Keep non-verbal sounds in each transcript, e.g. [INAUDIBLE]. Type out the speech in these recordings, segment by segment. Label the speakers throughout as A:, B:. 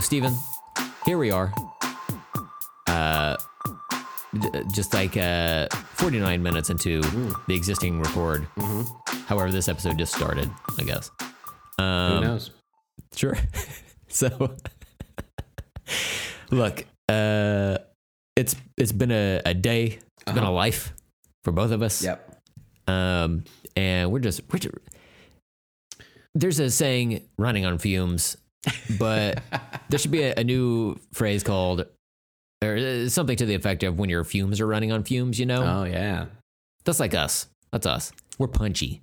A: Stephen, here we are. Uh, d- just like uh, 49 minutes into the existing record.
B: Mm-hmm.
A: However, this episode just started, I guess.
B: Who
A: Um,
B: knows?
A: Sure. [LAUGHS] so, look, uh, it's it's been a, a day, it's been a
B: Uh-huh.
A: life for both of us. [LAUGHS]
B: Yep.
A: Um, and we're just we're just, there's a saying running on fumes, but
B: [LAUGHS]
A: there should be a, a new phrase called or uh, something to the effect of when your fumes are running on fumes. You know,
B: Oh yeah.
A: that's like us. That's us. We're punchy.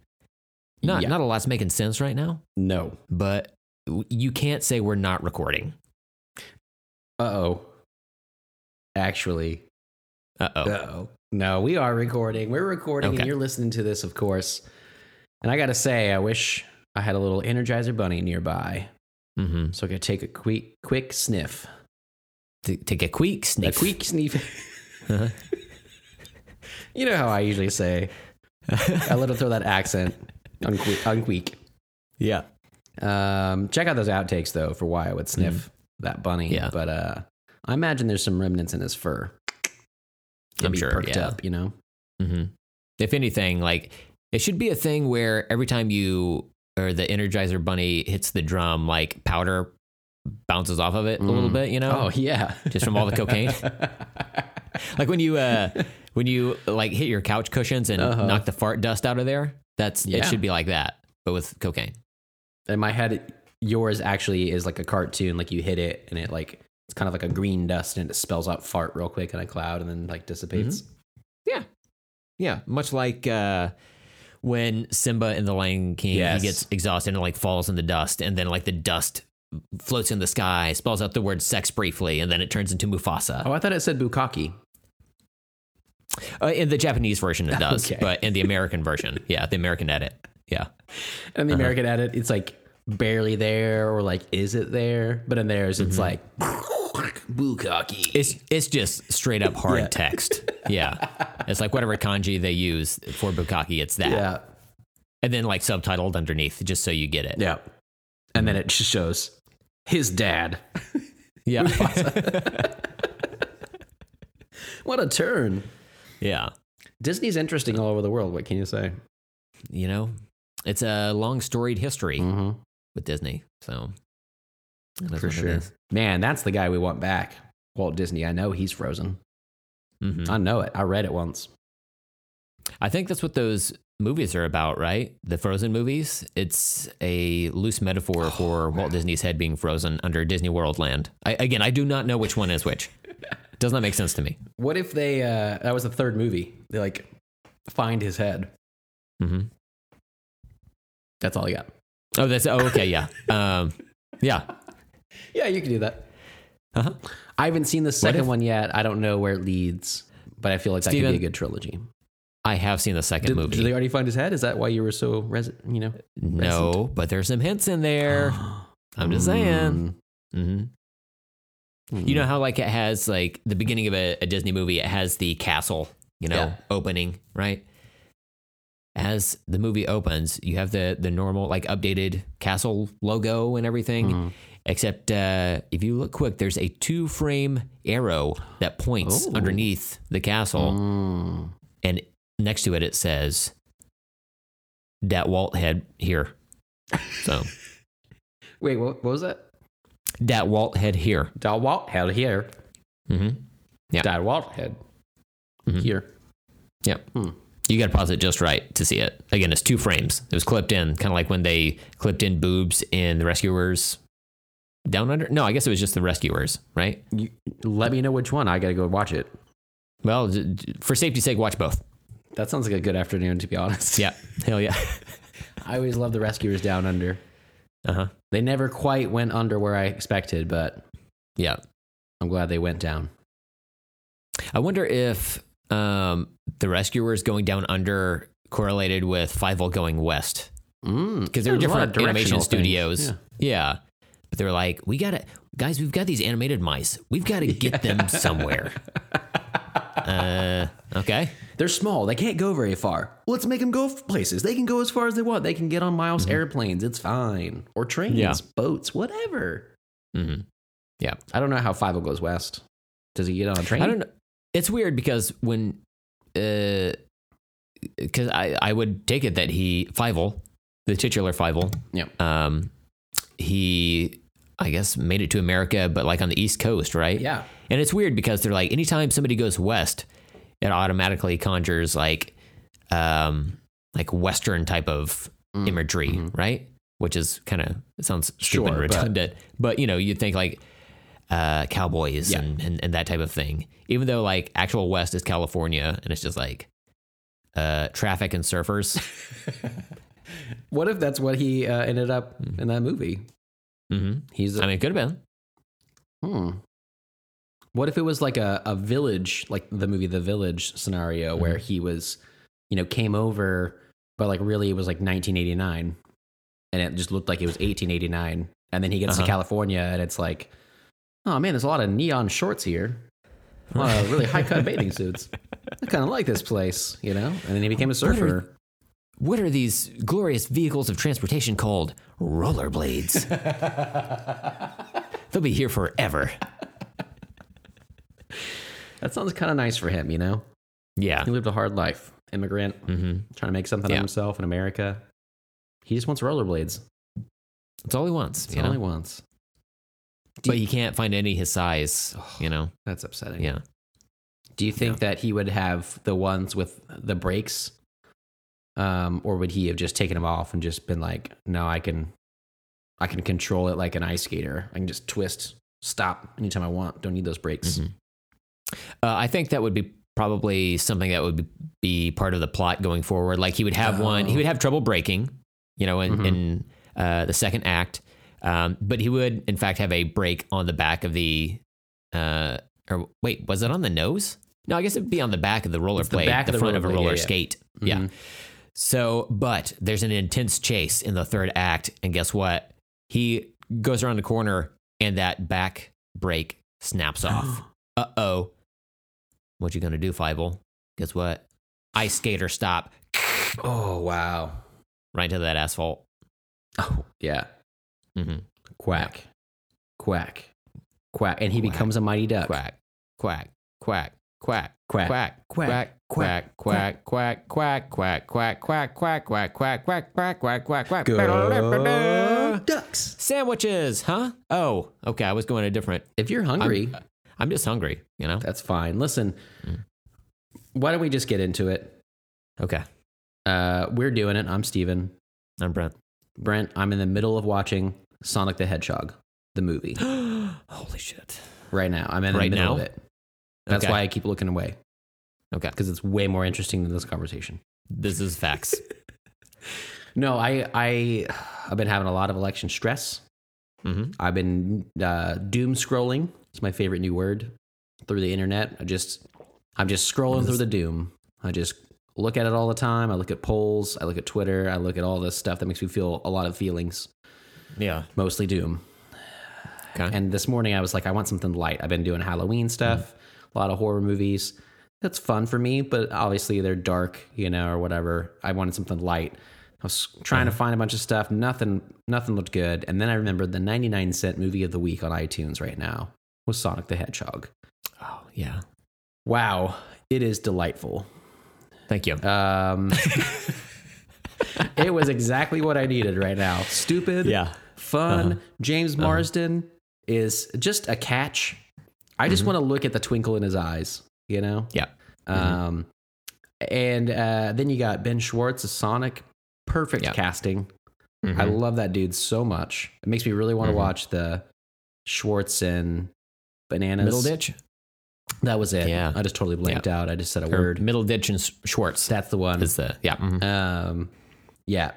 A: Not
B: Yeah.
A: not a lot's making sense right now,
B: No.
A: but w- you can't say we're not recording.
B: Uh oh. Actually.
A: Uh oh.
B: Uh oh. No, we are recording. We're recording,
A: Okay.
B: and you're listening to this, of course. And I gotta say, I wish I had a little Energizer Bunny nearby,
A: Mm-hmm.
B: so I could take a quick, quick sniff.
A: To take a quick sniff.
B: [LAUGHS] A quick sniff.
A: [LAUGHS] Uh-huh.
B: [LAUGHS] You know how I usually say. I let her throw that accent on quick. On quick.
A: yeah.
B: Um, check out those outtakes though for why I would sniff that bunny.
A: Mm-hmm. Yeah.
B: But uh, I imagine there's some remnants in his fur. It'd
A: I'm
B: be
A: sure,
B: Perked
A: yeah.
B: up, you know.
A: hmm If anything, like it should be a thing where every time you or the Energizer Bunny hits the drum, like powder bounces off of it a little
B: Mm.
A: bit. You know,
B: Oh yeah.
A: just from all the cocaine. like when you [LAUGHS] uh, when you like hit your couch cushions and
B: Uh-huh.
A: knock the fart dust out of there. That's it.
B: Yeah.
A: Should be like that, but with cocaine.
B: [LAUGHS] in my head, yours actually is like a cartoon. Like you hit it, and it like it's kind of like a green dust, and it spells out fart real quick in a cloud, and then like dissipates.
A: Mm-hmm. Yeah, much like uh, when Simba in the Lion King
B: Yes.
A: he gets exhausted and like falls in the dust, and then like the dust floats in the sky, spells out the word sex briefly, and then it turns into Mufasa.
B: Oh, I thought it said bukkake.
A: Uh, in the Japanese version, it [LAUGHS] does,
B: Okay.
A: but in the American version, yeah, the American edit, yeah,
B: And
A: Uh-huh.
B: the American edit, it's like barely there, or like is it there? But in theirs, it's like
A: Mm-hmm.
B: [LAUGHS] bukkake.
A: it's it's just straight up hard text. Yeah, it's like whatever kanji they use for bukkake, it's that,
B: yeah.
A: and then like subtitled underneath just so you get it.
B: Yeah. And then it just shows his dad.
A: Yeah,
B: [LAUGHS] What a turn.
A: [LAUGHS] yeah.
B: Disney's interesting all over the world. What can you say?
A: You know, it's a long storied history.
B: Mm-hmm.
A: with Disney. So that's what it is.
B: Man, that's the guy we want back. Walt Disney. I know he's frozen.
A: Mhm.
B: I know it. I read it once.
A: I think that's what those movies are about, right? The Frozen movies. It's a loose metaphor
B: Oh,
A: for Walt Disney's head being frozen under Disney World land. I, again, I do not know which one is
B: [LAUGHS]
A: which. Does not make sense to me.
B: What if they, uh, that was the third movie. They like find his head.
A: hmm
B: That's all I got.
A: Oh, that's oh, okay. Yeah, um, yeah.
B: Yeah, you can do that.
A: Uh-huh.
B: I haven't seen the
A: if-
B: second one yet. I don't know where it leads, but I feel like that could
A: Steven,
B: be a good trilogy.
A: I have seen the second
B: Did,
A: movie.
B: did they already find his head? Is that why you were so, res- you [GASPS] know?
A: no, but there's some hints in there.
B: [GASPS]
A: I'm just saying.
B: Mm.
A: hmm You know how like it has like the beginning of a, a Disney movie, it has the castle, you know,
B: Yeah.
A: opening, right? As the movie opens, you have the the normal like updated castle logo and everything.
B: Mm-hmm. Mm.
A: Except uh, if you look quick, there's a two frame arrow that points
B: Oh.
A: underneath the castle,
B: Mm.
A: and next to it it says "Dat Walt head here." So [LAUGHS]
B: Wait, what, what was that?
A: Dat Walt head here.
B: Dad Walt head here.
A: hmm Yeah.
B: Dad Walt head
A: Mhm.
B: here.
A: Yeah.
B: Hmm.
A: You got to pause it just right to see it. Again, it's two frames. It was clipped in, kind of like when they clipped in boobs in The Rescuers Down Under. No, I guess it was just The Rescuers, right?
B: You, let me know which one. I gotta go watch it.
A: Well, d- d- for safety's sake, watch both.
B: That sounds like a good afternoon, to be [LAUGHS] honest.
A: Yeah. [LAUGHS] Hell yeah.
B: I always love the Rescuers Down Under.
A: Uh huh.
B: They never quite went under where I expected, but
A: Yeah.
B: I'm glad they went down.
A: I wonder if um, The Rescuers going down under correlated with Fievel going west
B: Mm.
A: because there were
B: There's a lot
A: different
B: of
A: animation
B: directional
A: studios.
B: things.
A: yeah. But they were like, we got to, guys, we've got these animated mice. We've got to get them
B: [LAUGHS]
A: somewhere. uh, okay.
B: They're small. They can't go very far. Let's make them go f- places. They can go as far as they want. They can get on Miles airplanes. It's fine. Or trains,
A: Yeah.
B: boats, whatever.
A: hmm Yeah.
B: I don't know how Five goes west. Does he get on a train?
A: I don't know. It's weird because when, because I I would take it that he Fivel, the titular Fivel,
B: Yeah.
A: um, he I guess made it to America, but like on the East Coast, right?
B: Yeah.
A: And it's weird because they're like, anytime somebody goes west, it automatically conjures like, um, like Western type of
B: Mm,
A: imagery, right? Which is kind of sounds stupid
B: Sure,
A: and
B: but-
A: redundant, but, you know, you'd think like uh, cowboys
B: Yeah.
A: and, and and that type of thing. Even though like actual west is California, and it's just like uh, traffic and
B: [LAUGHS]
A: surfers.
B: What if that's what he uh, ended up in that movie?
A: hmm
B: He's
A: I mean, it could have been.
B: Hmm. What if it was like a, a village, like the movie The Village scenario,
A: Hmm.
B: where he was, you know, came over, but like really it was like 1989 and it just looked like it was 1889. And then he gets
A: Uh-huh.
B: to California and it's like, oh man, there's a lot of neon shorts here. A lot of really high cut bathing suits. I kind of like this place, you know? And then he
A: [LAUGHS]
B: became a surfer.
A: What are these glorious vehicles of transportation called? Rollerblades. [LAUGHS]
B: [LAUGHS]
A: They'll be here forever.
B: That sounds kind of nice for him, you know? [LAUGHS]
A: Yeah.
B: He lived a hard life, immigrant.
A: hmm
B: trying to make something
A: Yeah.
B: of himself in America. He just wants rollerblades.
A: That's all he wants.
B: That's
A: you
B: all
A: know?
B: he wants.
A: but you can't find any his size. You know.
B: That's upsetting.
A: Yeah.
B: Do you think that he would have the ones with the brakes, um, or would he have just taken them off and just been like, "No, I can, I can control it like an ice skater. I can just twist, stop anytime I want. Don't need those brakes."
A: Mhm. Uh, I think that would be probably something that would be part of the plot going forward. Like he would have one. He would have trouble breaking. You know, in,
B: Mhm.
A: in uh, the second act. Um, but he would, in fact, have a break on the back of the. Uh, or wait, was it on the nose? No, I guess it'd be on the back of the roller
B: the
A: blade,
B: back
A: the,
B: of the
A: front of a
B: rollerblade, yeah,
A: roller
B: yeah.
A: skate. Yeah.
B: Mhm.
A: So, but there's an intense chase in the third act, and guess what? He goes around the corner, and that back brake
B: Mm-hmm.
A: snaps [GASPS] off. uh oh, what you gonna do, Fievel? Guess what? Ice skater stop
B: [GASPS] Oh wow.
A: right into that asphalt.
B: Oh yeah. Mm-hmm.
A: hmm
B: Quack, quack, quack, and he
A: Quack.
B: becomes a mighty duck.
A: Quack, quack, quack, quack,
B: Quack.
A: quack, quack, quack, quack, quack, quack, quack, quack, quack, quack, quack, quack, quack, quack, quack, quack, quack.
B: Go ducks.
A: Sandwiches, huh? Oh, okay. I was going a different.
B: If you're hungry,
A: I'm, I'm just hungry, you know?
B: That's fine. Listen,
A: Mm.
B: why don't we just get into it?
A: Okay.
B: Uh, we're doing it. I'm Steven.
A: I'm Brent.
B: Brent, I'm in the middle of watching Sonic the Hedgehog,
A: [GASPS]
B: the movie,
A: [GASPS] Holy shit.
B: right now. I'm in
A: Right
B: the middle of
A: now?
B: it. That's
A: Okay.
B: why I keep looking away
A: Okay.
B: because it's way more interesting than this conversation.
A: This is
B: [LAUGHS]
A: facts.
B: No, I, I, [SIGHS] I've been having a lot of election stress.
A: Mhm.
B: I've been uh, doom scrolling. It's my favorite new word through the internet. I just, I'm just scrolling through the doom. I just look at it all the time. I look at polls. I look at Twitter. I look at all this stuff that makes me feel a lot of feelings,
A: yeah.
B: mostly doom.
A: Okay.
B: And this morning I was like, I want something light. I've been doing Halloween stuff, a lot of horror movies. That's fun for me, but obviously they're dark, you know, or whatever. I wanted something light. I was trying to find a bunch of stuff. Nothing, nothing looked good. And then I remembered the 99 cent movie of the week on iTunes right now was Sonic the Hedgehog.
A: oh, yeah.
B: Wow, it is delightful.
A: Thank you.
B: Um, it was exactly what I needed right now. Stupid,
A: [LAUGHS] Yeah.
B: fun.
A: Uh-huh.
B: James Marsden is just a catch. I just want to look at the twinkle in his eyes, you know?
A: Mm-hmm. yeah. Mm-hmm.
B: Um, and uh, then you got Ben Schwartz as Sonic. Perfect
A: Yeah.
B: casting. I
A: Mhm.
B: love that dude so much. It makes me really want to
A: Mhm.
B: watch the Schwartz and Bananas.
A: Middle ditch?
B: That was it.
A: Yeah.
B: I just totally blanked out. I just said a
A: Or
B: word.
A: middle ditch and Sch- Schwartz.
B: That's the one.
A: Is the, yeah. Mm-hmm.
B: Um, yeah,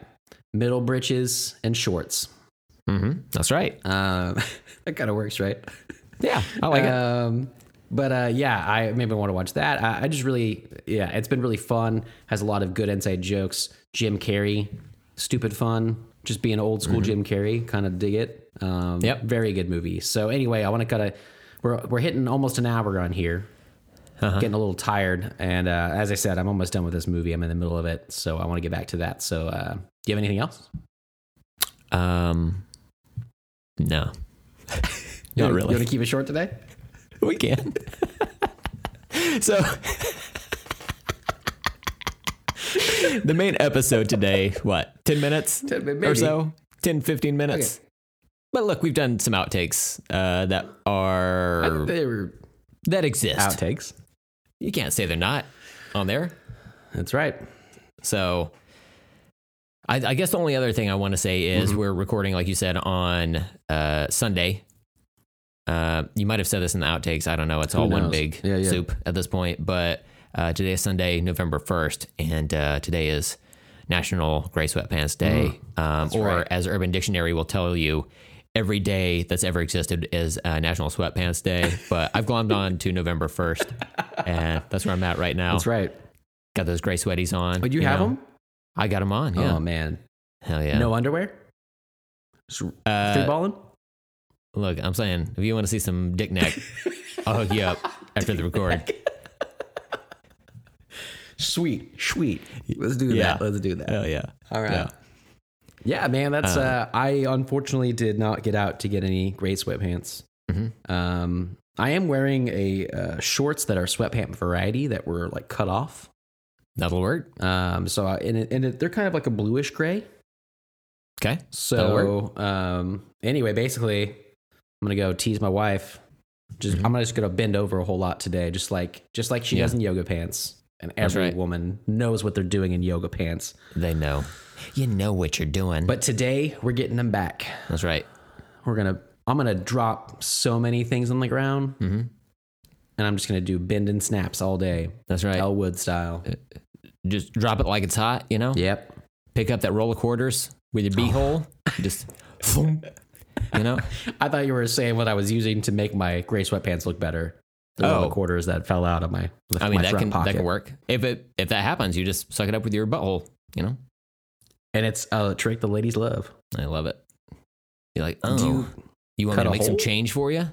B: middle britches and shorts.
A: That's right.
B: Um, [LAUGHS] that kind of works, right?
A: Yeah. I like it.
B: um, But uh, yeah, I maybe want to watch that. I, I just really, yeah, it's been really fun. Has a lot of good inside jokes. Jim Carrey, stupid fun. Just being old school Jim Carrey, kind of dig it. Um,
A: Mm-hmm. Yep.
B: Very good movie. So anyway, I want to kind of, we're we're hitting almost an hour on here.
A: Uh-huh.
B: Getting a little tired, and uh, as I said, I'm almost done with this movie. I'm in the middle of it, so I want to get back to that. So, uh, do you have anything else?
A: Um, no.
B: You
A: Um, [LAUGHS] Not
B: wanna-
A: really.
B: You want to keep it short today?
A: We can. [LAUGHS] so [LAUGHS] the main episode today, what? 10 minutes
B: Ten- maybe.
A: or so? 10 15 minutes.
B: Okay.
A: But look, we've done some outtakes uh, that are
B: They were
A: that exist.
B: outtakes.
A: You can't say they're not on there.
B: That's right.
A: So I, I guess the only other thing I want to say is
B: Mm-hmm.
A: we're recording, like you said, on uh, Sunday. Uh, you might have said this in the outtakes. I don't know. It's all one
B: knows?
A: big
B: Yeah, yeah.
A: soup at this point. But uh, today is Sunday, November 1st. And uh, today is National Gray Sweatpants Day. Um, or,
B: Mm. right.
A: as Urban Dictionary will tell you, every day that's ever existed is uh, National Sweatpants
B: [LAUGHS]
A: Day. but I've gone on to November 1st. And that's where I'm at right now.
B: That's right.
A: Got those gray sweaties on.
B: But you, have
A: know?
B: them?
A: I got them on. Yeah.
B: Oh man.
A: Hell yeah.
B: No underwear? Just
A: uh,
B: free balling?
A: look, I'm saying if you want to see some dick neck, I'll hook you up after the
B: [LAUGHS]
A: record.
B: Sweet, sweet. Let's do
A: Yeah.
B: that. Let's do that.
A: Hell yeah.
B: All right.
A: Yeah.
B: Yeah. man. That's uh, I unfortunately did not get out to get any great sweatpants.
A: Mhm.
B: Um, I am wearing a uh, shorts that are sweatpant variety that were like cut off.
A: That'll work.
B: Um, so I, and it, and it, they're kind of like a bluish gray.
A: Okay. That'll
B: So um, anyway, basically, I'm gonna go tease my wife. Just I'm gonna just gonna bend over a whole lot today, just like just like she
A: Mm-hmm. Yeah.
B: does in yoga pants. And
A: That's
B: every
A: right.
B: woman knows what they're doing in yoga pants.
A: They know. You know what you're doing.
B: But today we're getting them back.
A: That's right.
B: We're gonna I'm gonna drop so many things on the ground,
A: Mhm.
B: and I'm just gonna do bend and snaps all day,
A: That's right.
B: Elwood style.
A: Uh, Just drop it like it's hot, you know?
B: Yep.
A: Pick up that roll of quarters with your beehole.
B: Oh.
A: Just, thump, you
B: [LAUGHS]
A: know?
B: I thought you were saying what I was using to make my gray sweatpants look better. The oh.
A: Oh.
B: quarters that fell out of my.
A: I mean,
B: my
A: that
B: front
A: can,
B: pocket.
A: that can work. If, it, if that happens, you just suck it up with your butthole, you know?
B: and it's a trick the ladies love.
A: I love it. You're like, oh,
B: Do
A: you, want me
B: cut
A: to
B: a
A: make some
B: hole?
A: change for you?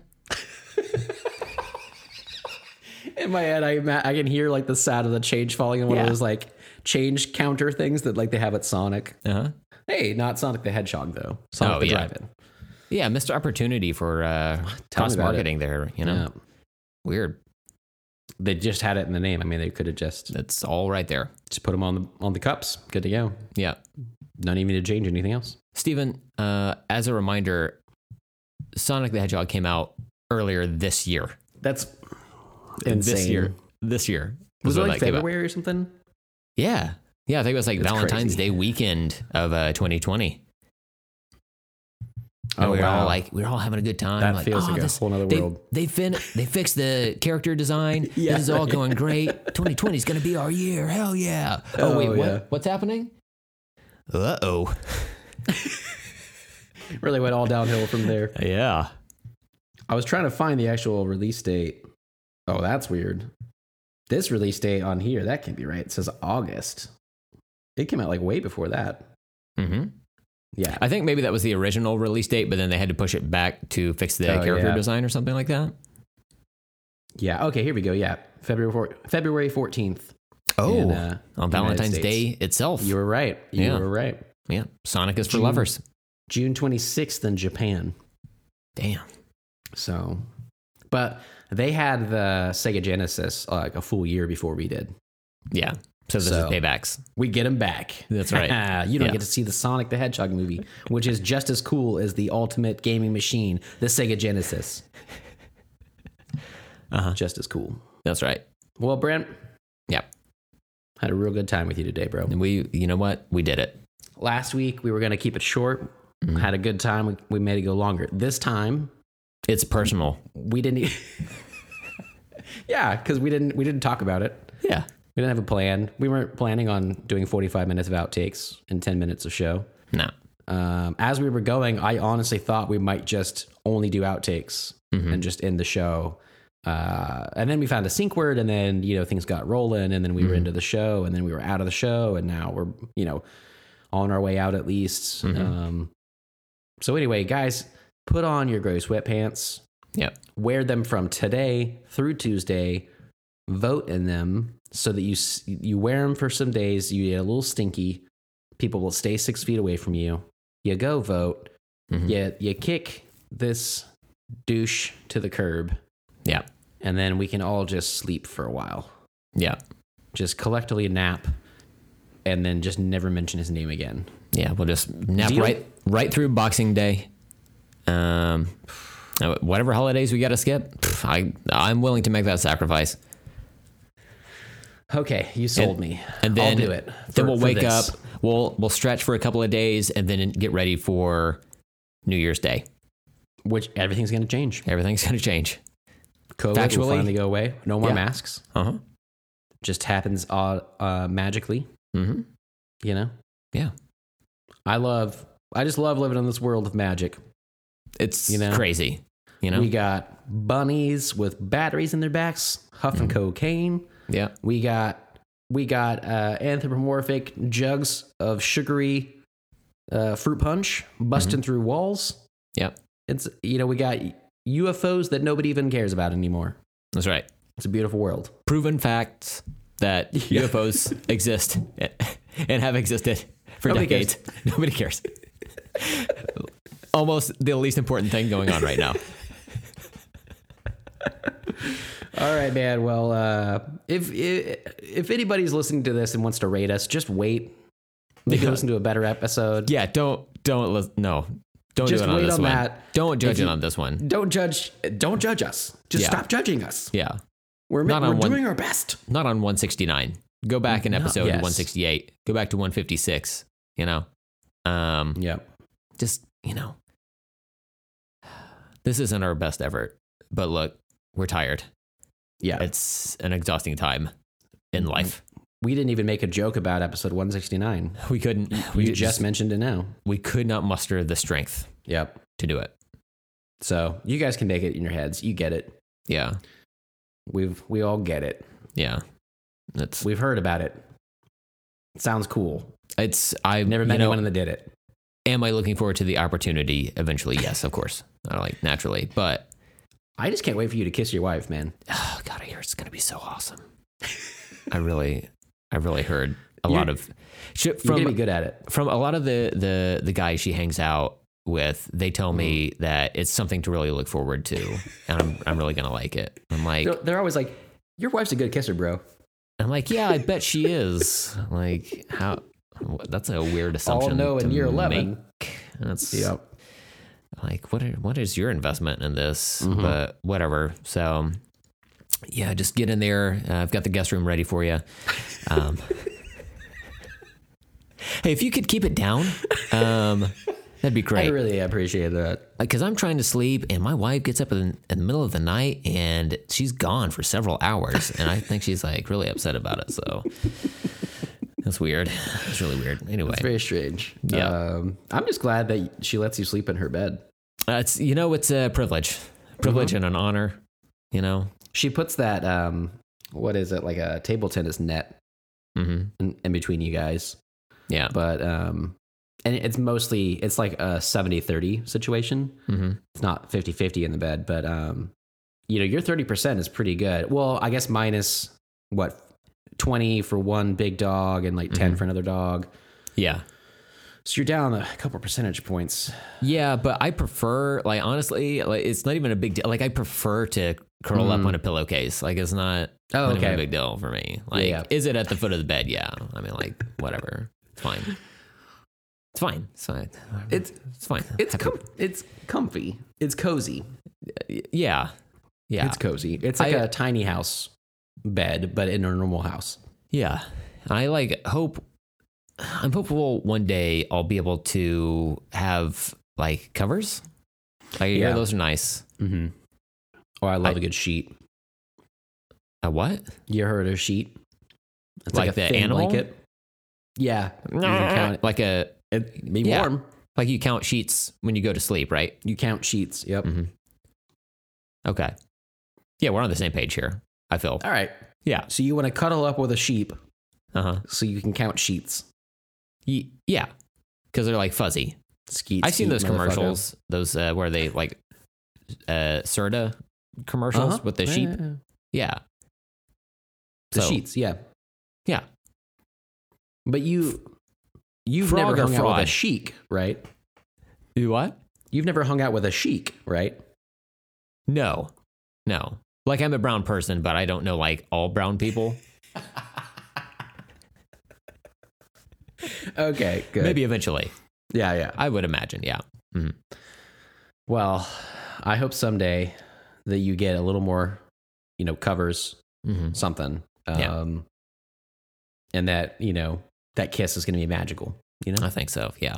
B: In my head, I ima- I can hear like the sound of the change falling in one
A: Yeah.
B: of those like change counter things that like they have at Sonic.
A: Uh huh.
B: Hey, not Sonic the Hedgehog though. Sonic
A: Oh,
B: the
A: yeah.
B: Drive-In.
A: Yeah, missed opportunity for uh,
B: Tell me
A: cross
B: about it.
A: marketing there. You know,
B: Yeah.
A: weird.
B: They just had it in the name. I mean, they could have just
A: That's all right there.
B: just put them on the on the cups. Good to go.
A: Yeah,
B: Not even to change anything else.
A: Stephen. Uh, as a reminder, Sonic the Hedgehog came out earlier this year.
B: That's insane.
A: This year. This year
B: Was it
A: when
B: like
A: that came out.
B: February or something?
A: Yeah, yeah. I think it was like
B: It's
A: Valentine's Day
B: crazy.
A: weekend of uh, 2020. And we were all like, we were all having a good time.
B: Oh, That
A: like, "Oh,
B: feels like "Oh, a
A: this-
B: whole nother
A: they,
B: world.
A: They fin- they fixed the character design.
B: [LAUGHS] Yeah,
A: this is all
B: right.
A: going great. 2020 is going to be our year. Hell yeah. Oh,
B: Oh,
A: wait, what?
B: yeah.
A: What's happening? Uh oh.
B: really went all downhill from there.
A: Yeah.
B: I was trying to find the actual release date. Oh, that's weird. This release date on here, that can't be right. It says August. It came out like way before that.
A: hmm
B: Yeah.
A: I think maybe that was the original release date, but then they had to push it back to fix the
B: Oh,
A: character
B: yeah.
A: design or something like that.
B: Yeah. Okay, here we go. Yeah. February four, February 14th.
A: Oh,
B: in, uh,
A: on
B: United
A: Valentine's Day
B: States.
A: itself.
B: You were right. You
A: Yeah.
B: were right.
A: yeah. Sonic is for
B: June.
A: lovers.
B: June 26th in Japan.
A: Damn.
B: So, but they had the Sega Genesis uh, like a full year before we did.
A: Yeah. So this
B: So-
A: is paybacks.
B: We get them back.
A: That's right.
B: [LAUGHS] you don't
A: Yeah.
B: get to see the Sonic the Hedgehog movie, which is just as cool as the ultimate gaming machine, the Sega Genesis.
A: [LAUGHS] Uh-huh.
B: Just as cool.
A: That's right.
B: Well, Brent,
A: Yeah.
B: had a real good time with you today, bro.
A: And we, you know what? We did it.
B: Last week we were going to keep it short.
A: Mm-hmm.
B: Had a good time. We, we made it go longer. This time
A: It's personal.
B: we didn't. e- [LAUGHS] yeah, because we didn't. We didn't talk about it.
A: Yeah.
B: We didn't have a plan. We weren't planning on doing forty-five minutes of outtakes and ten minutes of show.
A: No.
B: um, as we were going, I honestly thought we might just only do outtakes and just end the show. Uh, and then we found a sync word, and then you know things got rolling, and then we were into the show, and then we were out of the show, and now we're you know on our way out at least. Um, so anyway, guys, put on your gray sweatpants,
A: Yeah.
B: wear them from today through Tuesday. Vote in them so that you s- you wear them for some days. You get a little stinky. People will stay six feet away from you. You go vote.
A: Mhm.
B: You you kick this douche to the curb,
A: Yeah.
B: and then we can all just sleep for a while.
A: Yeah.
B: Just collectively nap, and then just never mention his name again.
A: Yeah. We'll just nap
B: Deal?
A: right right through Boxing Day. Um, uh, whatever holidays we got to skip, pff, I I'm willing to make that sacrifice.
B: Okay, you sold me.
A: And then
B: I'll do it. for-
A: then we'll
B: for
A: wake
B: this.
A: up. We'll we'll stretch for a couple of days and then get ready for New Year's Day.
B: which everything's going to change.
A: Everything's [LAUGHS] gonna change.
B: COVID will
A: Factually?
B: finally go away. No more
A: Yeah.
B: masks.
A: Uh huh.
B: Just happens uh, uh, magically.
A: Mm-hmm.
B: You know.
A: Yeah.
B: I love. I just love living in this world of magic.
A: It's
B: You know?
A: crazy. You know.
B: We got bunnies with batteries in their backs, huffing cocaine.
A: yeah.
B: We got we got uh, anthropomorphic jugs of sugary uh, fruit punch busting through walls.
A: Yeah.
B: It's you know we got UFOs that nobody even cares about anymore.
A: That's right.
B: It's a beautiful world.
A: Proven facts
B: [LAUGHS]
A: that UFOs exist and have existed for
B: Nobody cares.
A: decades. [LAUGHS] Nobody cares. Almost the least important thing going on right
B: [LAUGHS]
A: now.
B: All right, man. Well, uh, if if anybody's listening to this and wants to rate us, just wait. Maybe
A: Yeah.
B: listen to a better episode.
A: Yeah. Don't don't lis- no. Don't
B: Just
A: do it on
B: wait
A: this
B: on
A: one.
B: that.
A: Don't judge
B: If
A: it
B: you-
A: on this one.
B: Don't judge. Don't judge us. Just
A: Yeah.
B: stop judging us.
A: Yeah.
B: We're,
A: Not
B: we're
A: on one-
B: doing our best.
A: Not on 169. Go back an
B: Not-
A: episode
B: yes.
A: 168. Go back to 156. You know. Um.
B: Yeah.
A: just you know [SIGHS] this isn't our best effort but look we're tired
B: Yeah.
A: it's an exhausting time in life
B: we didn't even make a joke about episode 169.
A: we couldn't we
B: you
A: did-
B: just, mentioned it now.
A: we could not muster the strength
B: Yep.
A: to do it
B: So you guys can make it in your heads. You get it.
A: yeah
B: We've we all get it.
A: yeah it's
B: We've heard about it. Sounds cool.
A: it's i've
B: Never met
A: you know,
B: anyone that did it.
A: am i looking forward to the opportunity eventually yes of course [LAUGHS] I like naturally but
B: I just can't wait for you to kiss your wife, man.
A: oh god i hear it's gonna be so awesome i really i really heard a lot
B: You're-
A: of shit
B: You're
A: from
B: gonna be good at it.
A: from a lot of the the the guys she hangs out with, they tell
B: Mm.
A: me that it's something to really look forward to, and I'm I'm really gonna like it. I'm like
B: They're, they're always like, "Your wife's a good kisser, bro."
A: I'm like yeah, I bet she is. like how wh- that's a weird assumption.
B: All know
A: to
B: in year eleven.
A: make. That's
B: Yep.
A: like what are, what is your investment in this?
B: Mhm.
A: But whatever. So yeah, just get in there. Uh, I've got the guest room ready for you. Um, [LAUGHS] hey, if you could keep it down, um, that'd be great.
B: [LAUGHS] I really appreciate that.
A: because I'm trying to sleep, and my wife gets up in, in the middle of the night, and she's gone for several hours, and I think she's like really upset about it. So that's weird. It's really weird. Anyway,
B: It's very strange.
A: Yeah.
B: Um, I'm just glad that she lets you sleep in her bed.
A: uh, it's you know it's a privilege, privilege and an honor. You know.
B: She puts that um, what is it like a table tennis net
A: Mm-hmm.
B: in, in between you guys,
A: Yeah.
B: but um, and it's mostly it's like a 70-30 situation.
A: Mm-hmm.
B: It's not 50-50 in the bed, but um, you know your thirty percent is pretty good. Well, I guess minus what twenty for one big dog and like 10 for another dog.
A: Yeah.
B: So you're down a couple percentage points.
A: Yeah, but I prefer like honestly, like it's not even a big deal. Like I prefer to curl up on a pillowcase. Like it's not,
B: Oh,
A: not even
B: okay.
A: a big deal for me. Like
B: Yeah.
A: is it at the foot of the bed? Yeah. I mean like whatever. It's fine. It's fine. It's fine.
B: It's-
A: it's fine.
B: It's com- it's comfy. It's cozy.
A: yeah. Yeah.
B: It's cozy. It's like
A: I-
B: a tiny house bed, but in a normal house.
A: Yeah. I like hope I'm hopeful one day I'll be able to have like covers. Like, I hear
B: Yeah.
A: those are nice.
B: Mm-hmm. Oh, I love
A: I-
B: a good sheet.
A: A what?
B: You heard of sheet? It's
A: Like the animal?
B: Yeah, you can count it.
A: Like a
B: It'd be
A: Yeah.
B: warm.
A: like you count sheets when you go to sleep, right?
B: You count sheets. Yep.
A: Mhm. Okay. Yeah, we're on the same page here. I feel.
B: All right.
A: Yeah.
B: So you want to cuddle up with a sheep
A: Uh huh.
B: so you can count sheets.
A: Yeah. Because they're like fuzzy.
B: Skeet,
A: I've seen
B: skeet,
A: those
B: motherfucker.
A: commercials, those uh, where they like uh, Serta commercials
B: Uh-huh.
A: with the
B: Yeah,
A: sheep.
B: yeah, yeah.
A: Yeah.
B: The
A: So,
B: sheets. Yeah.
A: Yeah.
B: But you, you've
A: Frog
B: never
A: or
B: hung out with a
A: fraud?
B: sheik, right?
A: You what?
B: You've never hung out with a sheik, right?
A: No, no. Like I'm a brown person, but I don't know like all brown [LAUGHS] people.
B: Okay, good.
A: Maybe eventually.
B: Yeah, yeah.
A: I would imagine. Yeah.
B: Well, I hope someday that you get a little more, you know, covers
A: hmm
B: something. Um
A: Yeah.
B: and that, you know, that kiss is going to be magical, you know?
A: I think so. Yeah.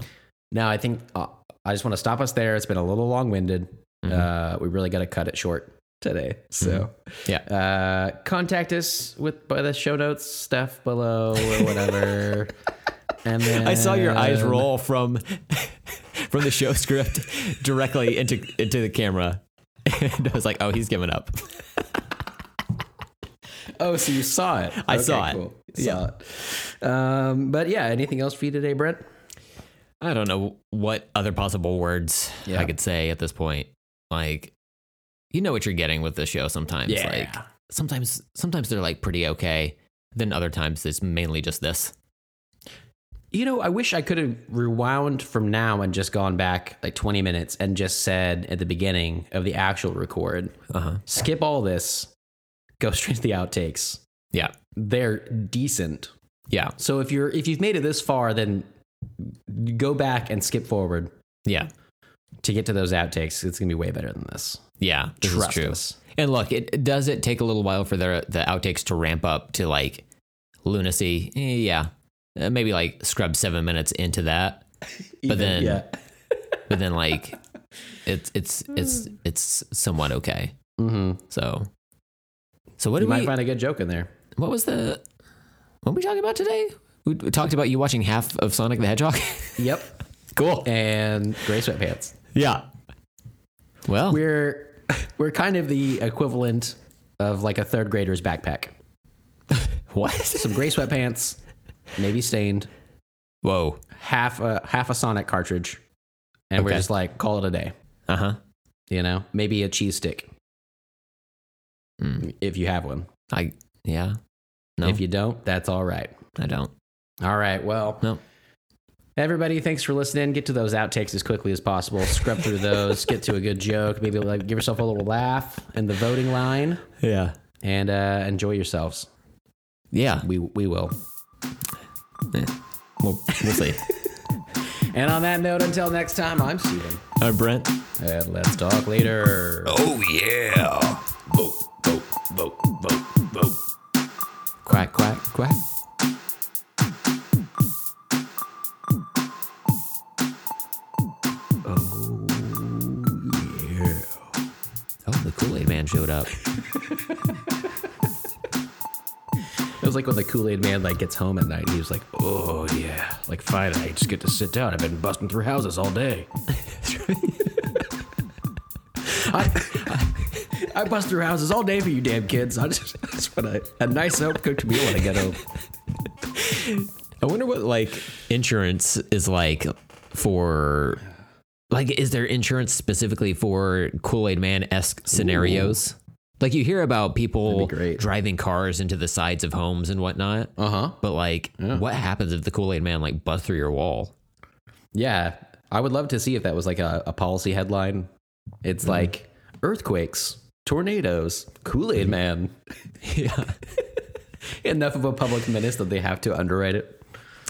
B: Now, I think uh, I just want to stop us there. It's been a little long-winded.
A: Mhm.
B: Uh we really got to cut it short today.
A: Mm-hmm.
B: So, Uh contact us with by the show notes stuff below
A: [LAUGHS]
B: or whatever. and then
A: I saw your eyes roll from [LAUGHS] from the show script directly into into the camera. [LAUGHS] And I was like, "Oh, he's giving up."
B: Oh, so you saw it.
A: I saw it.
B: yeah. it. Um, but yeah, anything else for you today, Brent?
A: I don't know what other possible words
B: Yeah.
A: I could say at this point. Like, you know what you're getting with this show sometimes. Like, sometimes sometimes they're like pretty okay. Then other times it's mainly just this.
B: You know, I wish I could have rewound from now and just gone back like 20 minutes and just said at the beginning of the actual record,
A: Uh huh.
B: skip all this, go [LAUGHS] straight to the outtakes.
A: Yeah.
B: They're decent.
A: Yeah.
B: So if you're if you've made it this far, then go back and skip forward
A: Yeah.
B: to get to those outtakes. It's gonna be way better than this.
A: Yeah. This
B: Trust
A: is true.
B: us.
A: And look, it it does it take a little while for the the outtakes to ramp up to like lunacy. Eh, yeah, Uh, maybe like scrub seven minutes into that,
B: Even-
A: then-
B: yeah.
A: but then
B: [LAUGHS]
A: like it's it's it's it's somewhat okay.
B: hmm
A: So, so what
B: You
A: did
B: might
A: we?
B: find a good joke in there.
A: what was the? What were we talking about today? We we talked about you watching half of Sonic the Hedgehog. [LAUGHS]
B: Yep.
A: cool.
B: and gray sweatpants.
A: Yeah. Well,
B: We're we're kind of the equivalent of like a third grader's backpack.
A: what?
B: Some gray sweatpants, maybe stained,
A: Whoa.
B: half a half a Sonic cartridge, and we're
A: Okay.
B: just like call it a day.
A: Uh huh.
B: You know, maybe a cheese stick if you have one.
A: I yeah. Hmm. No.
B: If you don't, that's all right.
A: I don't.
B: All right. Well,
A: No.
B: everybody, thanks for listening. Get to those outtakes as quickly as possible. Scrub through those. get to a good joke. Maybe like give yourself a little laugh in the voting line,
A: Yeah.
B: and uh, enjoy yourselves.
A: Yeah.
B: We we will.
A: Eh, We'll, we'll [LAUGHS] see.
B: And on that note, until next time, I'm Steven.
A: I'm Brent.
B: And let's talk later.
A: Oh, yeah.
B: Vote, vote, vote, vote, vote.
A: Quack, quack, quack. Oh, yeah. Oh, the Kool Aid Man showed up.
B: It was like when the Kool-Aid man like gets home at night and he was like, Oh yeah. Like finally I just get to sit down. I've been busting through houses
A: [LAUGHS]
B: all day. I, I, I bust through houses all day for you damn kids. I just, I just want a, a nice home cooked meal when I get home.
A: I wonder what, like, insurance is like for. Like, is there insurance specifically for Kool Aid Man esque scenarios? Like, you hear about people
B: great.
A: driving cars into the sides of homes and whatnot.
B: Uh-huh.
A: But like, what happens if the Kool Aid Man like busts through your wall?
B: Yeah, I would love to see if that was like a, a policy headline. It's like earthquakes, tornadoes, Kool Aid [LAUGHS] Man.
A: yeah,
B: Enough of a public menace that they have to underwrite it.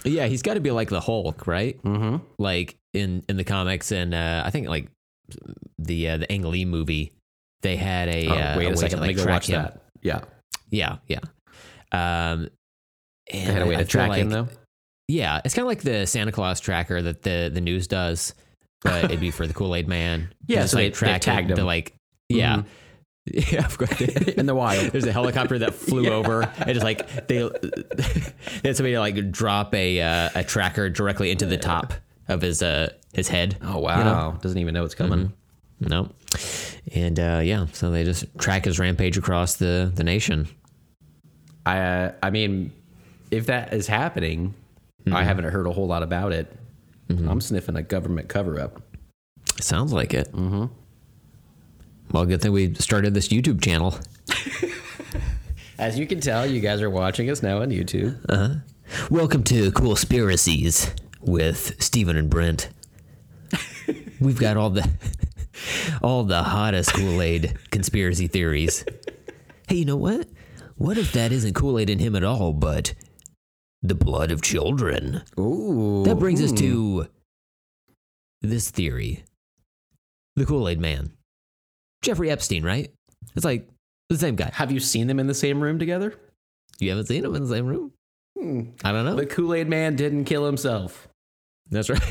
A: yeah, he's got to be like the Hulk, right?
B: Mm-hmm.
A: Like in in the comics, and uh, I think like the uh, the Ang Lee movie, they had a uh,
B: wait a,
A: way
B: second,
A: to,
B: let me
A: like,
B: go
A: track
B: watch
A: him.
B: that. Yeah,
A: Yeah, yeah. Um, and
B: they had a way
A: I
B: to
A: feel
B: track him
A: like-
B: though.
A: Yeah, it's kind of like the Santa Claus tracker that the the news does, but it'd be for the Kool Aid Man.
B: [LAUGHS] Yeah,
A: Just,
B: so they-
A: like
B: they
A: track
B: tagged him. Mm-hmm.
A: The, like, yeah. [LAUGHS] Yeah, of course.
B: [LAUGHS] In the wild.
A: There's a helicopter that
B: [LAUGHS]
A: flew over and just like they, [LAUGHS] they had somebody like drop a uh, a tracker directly into the top of his uh his head.
B: Oh wow, doesn't even know it's coming.
A: No, and uh, yeah, so they just track his rampage across the the nation.
B: I uh, I mean, if that is happening, I haven't heard a whole lot about it. I'm sniffing a government cover up.
A: Sounds like it. Mm-hmm. Well, good thing we started this YouTube channel.
B: As you can tell, you guys are watching us now on YouTube.
A: Welcome to Conspiracies with Stephen and Brent. We've got all the all the hottest Kool Aid conspiracy theories. Hey, you know what? What if that isn't Kool Aid in him at all, but the blood of children?
B: Ooh.
A: That brings us to this theory the Kool Aid man. Jeffrey Epstein, right? It's like the same guy.
B: Have you seen them in the same room together?
A: You haven't seen him in the same room?
B: Hmm.
A: I don't know.
B: The Kool Aid Man didn't kill himself.
A: That's right.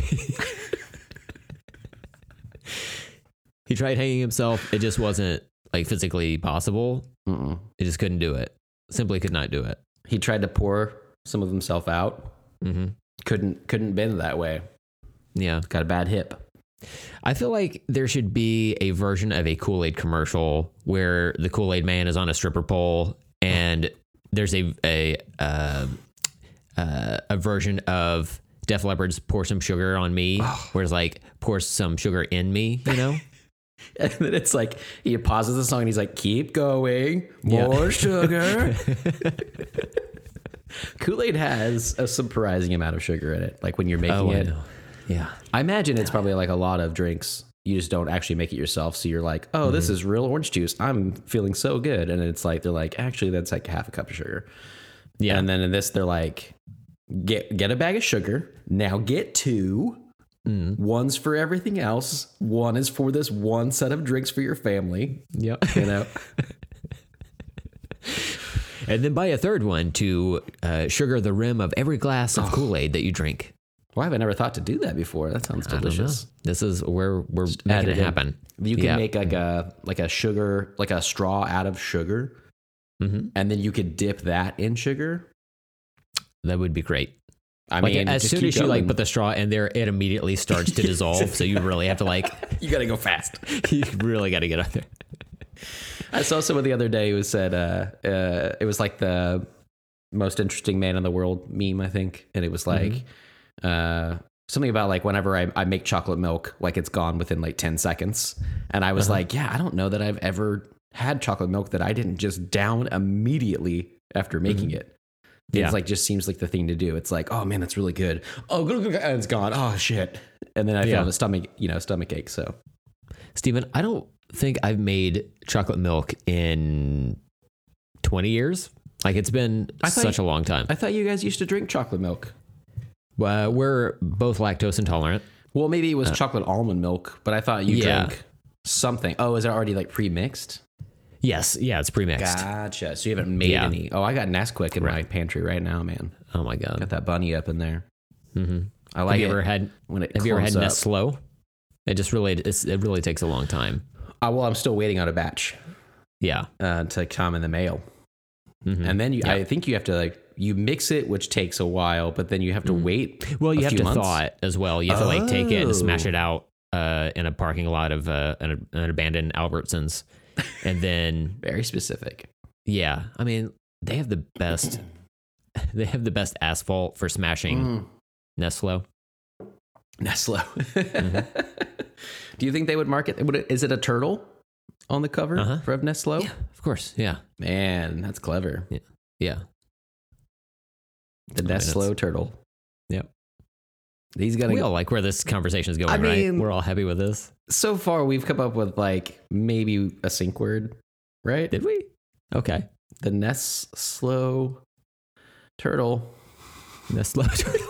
A: he tried hanging himself. It just wasn't like physically possible.
B: Mm-mm.
A: He just couldn't do it. Simply could not do it.
B: He tried to pour some of himself out.
A: Mm-hmm.
B: Couldn't couldn't bend that way.
A: Yeah.
B: Got a bad hip. [LAUGHS]
A: I feel like there should be a version of a Kool Aid commercial where the Kool Aid man is on a stripper pole and there's a a uh, uh, a version of Def Leppard's "Pour Some Sugar on Me," where it's like "Pour some sugar in me," you know.
B: And then it's like he pauses the song and he's like, "Keep going,
A: Yeah. [LAUGHS]
B: more sugar." Kool Aid has a surprising amount of sugar in it. Like when you're making
A: I
B: it,
A: know. Oh, Yeah.
B: I imagine it's probably like a lot of drinks. You just don't actually make it yourself. So you're like, oh,
A: Mm-hmm.
B: this is real orange juice. I'm feeling so good. And it's like, they're like, actually, that's like half a cup of sugar.
A: Yeah.
B: And then in this, they're like, get get a bag of sugar. Now get two.
A: Mm-hmm.
B: One's for everything else. One is for this one set of drinks for your family.
A: Yeah.
B: [LAUGHS] You know,
A: And then buy a third one to uh, sugar the rim of every glass of Kool Aid that you drink.
B: why have I never thought to do that before? That sounds
A: I don't know.
B: delicious.
A: This is where we're
B: add
A: making
B: it
A: it
B: in.
A: happen.
B: You can
A: Yeah.
B: make like a like a sugar like a straw out of sugar,
A: Mhm.
B: and then you could dip that in sugar.
A: That would be great.
B: I
A: like
B: mean,
A: as
B: just
A: soon
B: keep
A: as you like
B: going.
A: put the straw in there, it immediately starts
B: [LAUGHS]
A: to dissolve. So you really have to like,
B: you gotta go fast.
A: [LAUGHS] you really got to get up there.
B: I saw someone the other day who said uh, uh, it was like the most interesting man in the world meme, I think, and it was
A: Mm-hmm.
B: like uh, something about like whenever I, I make chocolate milk, like it's gone within like ten seconds, and I was
A: Uh-huh.
B: like, yeah, I don't know that I've ever had chocolate milk that I didn't just down immediately after making it.
A: Mm-hmm. Yeah.
B: It's like just seems like the thing to do. It's like, oh man, that's really good. Oh, good, good, good, and it's gone. Oh shit, and then I
A: Yeah.
B: felt a stomach, you know, stomach ache. So
A: Steven, I don't think I've made chocolate milk in 20 years. Like it's been
B: thought
A: such a
B: you-
A: long time.
B: I thought you guys used to drink chocolate milk.
A: Uh, we're both lactose intolerant.
B: Well, maybe it was chocolate almond milk, but I thought you
A: Yeah.
B: drank something. Oh, is it already like pre-mixed?
A: Yes. Yeah. It's pre-mixed.
B: Gotcha. So you haven't made
A: Yeah.
B: any. Oh, I got Nesquik in my pantry right now, man.
A: Oh my God.
B: Got that bunny up in there.
A: Mm-hmm.
B: I
A: Have
B: like
A: you
B: it
A: ever had
B: when it
A: Have you ever had
B: clumps up.
A: Neslo? It just really it's, it really takes a long time.
B: Oh, well, I'm still waiting on a batch
A: Yeah.
B: uh, to come in the mail,
A: Mhm.
B: and then you,
A: Yeah.
B: I think you have to like you mix it, which takes a while, but then you have to wait.
A: well, you
B: a
A: have
B: few
A: to
B: months.
A: thaw it as well. You have to like take it
B: Oh.
A: and smash it out uh, in a parking lot of uh, an, an abandoned Albertsons, and then
B: Very specific.
A: yeah, I mean they have the best. [LAUGHS] They have the best asphalt for smashing
B: Mm.
A: Neslo.
B: Nestle. Mm-hmm. [LAUGHS] Do you think they would market? Would it, is it a turtle on the cover
A: Uh-huh.
B: for of Nestle?
A: of course. Yeah,
B: Man, that's clever.
A: yeah. I
B: The
A: mean,
B: Nestle
A: it's-
B: turtle.
A: Yep.
B: He's gonna.
A: We all like where this conversation is going,
B: I
A: right?
B: mean-
A: We're all happy with this.
B: so far, we've come up with like maybe a sync word, right?
A: Did we? Okay,
B: The Nestle turtle.
A: Nestle turtle.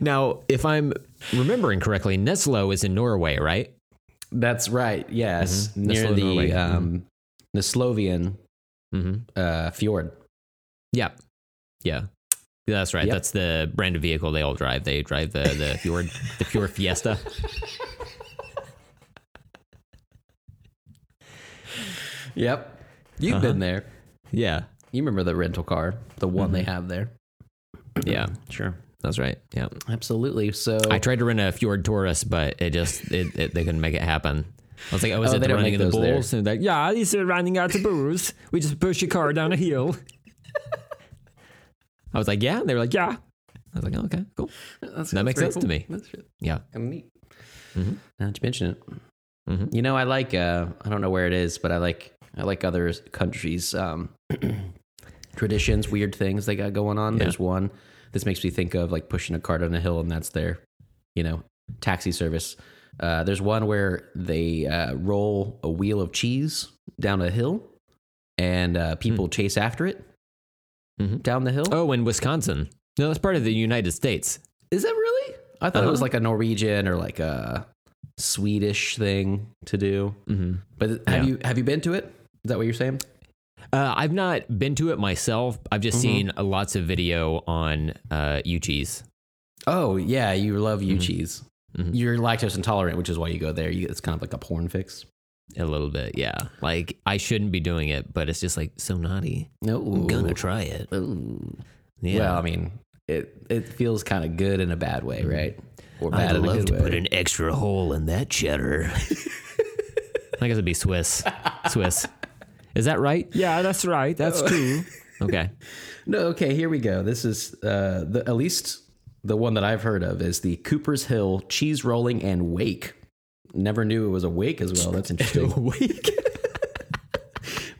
A: now, if I'm remembering correctly, Neslo is in Norway, right?
B: That's right. Yes,
A: Mhm.
B: near
A: Nestle, Norway.
B: the um, Neslovian
A: Mm-hmm.
B: uh, fjord.
A: Yeah, yeah, that's right.
B: Yep.
A: That's the brand of vehicle they all drive. They drive the the Fjord the Fjord Fiesta.
B: Yep. You've
A: Uh-huh.
B: been there.
A: Yeah,
B: You remember the rental car, the one they
A: Mm-hmm.
B: have there.
A: yeah,
B: Sure.
A: that's right. Yeah,
B: Absolutely. So [LAUGHS]
A: I tried to rent a Fjord Taurus, but it just it, it, they couldn't make it happen. I was like, oh, is
B: Oh,
A: it
B: they
A: the
B: don't
A: running
B: make
A: of the
B: those there.
A: bulls? And they're like, yeah, it's the running out of bulls. We just push your car down a hill. I was like, yeah. And they were like, yeah. I was like, oh, okay, cool.
B: That's-
A: That
B: that's
A: makes
B: very
A: sense to me.
B: That's kind
A: Yeah.
B: of neat.
A: Mhm.
B: Now that you mention it,
A: Mhm.
B: you know, I like. Uh, I don't know where it is, but I like. I like other countries' um, [CLEARS THROAT] traditions, weird things they got going on.
A: Yeah.
B: There's one. This makes me think of like pushing a cart on a hill, and that's their, you know, taxi service. Uh, there's one where they uh, roll a wheel of cheese down a hill, and uh, people chase after it
A: Mhm.
B: down the hill.
A: Hmm. Oh, in Wisconsin. No, that's part of the United States.
B: Is that really? I thought it was
A: Uh-huh.
B: like a Norwegian or like a Swedish thing to do.
A: Mm-hmm.
B: But have
A: Yeah.
B: you have you been to it? Is that what you're saying?
A: Uh, I've not been to it myself. I've just
B: Mhm.
A: seen uh, lots of video on uh, Uchi's.
B: Oh yeah, you love you
A: Mhm.
B: cheese.
A: Mhm.
B: You're lactose intolerant, which is why you go there. You, it's kind of like a porn fix.
A: A little bit, yeah. Like I shouldn't be doing it, but it's just like so naughty.
B: No,
A: I'm gonna try it. Yeah,
B: Well, I mean, it it feels kind of good in a bad way, right? Mm-hmm. Or
A: I'd
B: bad in a
A: love
B: good
A: to
B: way.
A: put an extra hole in that cheddar. [LAUGHS] I guess it'd be Swiss. Swiss. Is that right? Yeah, that's right. That's true. [LAUGHS] Okay.
B: No, okay, here we go. This is uh, the at least the one that I've heard of is the Cooper's Hill cheese rolling and wake. Never knew it was a wake as well. [LAUGHS] That's interesting.
A: Wake.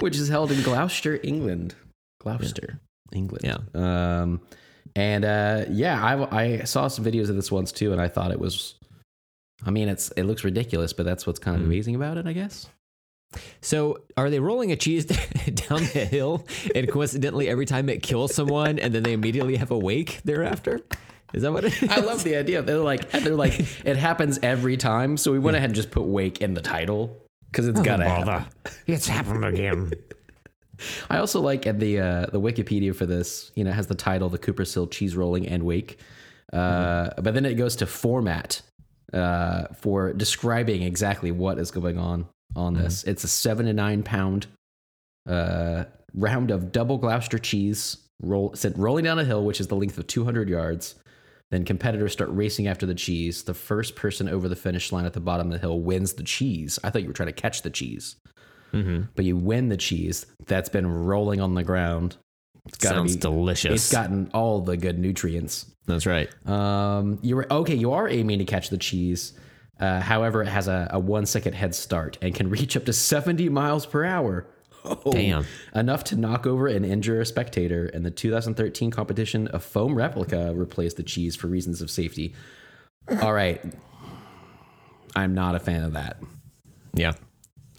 B: Which is held in Gloucester, England. Gloucester, England.
A: Yeah.
B: Um, and uh, yeah, I I saw some videos of this once too, and I thought it was. I mean, it's it looks ridiculous, but that's what's kind of amazing about it, I guess.
A: So, are they rolling a cheese [LAUGHS] down the hill, and coincidentally, every time it kills someone, and then they immediately have a wake thereafter? Is that what it [LAUGHS] is?
B: I love the idea. They're like, they're [LAUGHS] like, it happens every time. So we went ahead and just put wake in the title because it's gotta
A: Oh,
B: happen.
A: It's happened again.
B: I also like at the uh, the Wikipedia for this. You know, it has the title, the Cooper's Hill cheese rolling and wake. Uh, But then it goes to format uh, for describing exactly what is going on on this. It's a seven to nine pound uh, round of double Gloucester cheese roll sent rolling down a hill, which is the length of two hundred yards. Then competitors start racing after the cheese. The first person over the finish line at the bottom of the hill wins the cheese. I thought you were trying to catch the cheese
A: Mm-hmm.
B: but you win the cheese that's been rolling on the ground. It's gotta
A: Sounds
B: be-
A: delicious.
B: It's gotten all the good nutrients.
A: That's right.
B: Um, you were okay. You are aiming to catch the cheese. Uh, however, it has a, a one second head start and can [LAUGHS] reach up to seventy miles per hour. Oh,
A: Damn.
B: Enough to knock over and injure a spectator. In the 2013 competition, a foam replica replaced the cheese for reasons of safety. All right, I'm not a fan of that.
A: Yeah.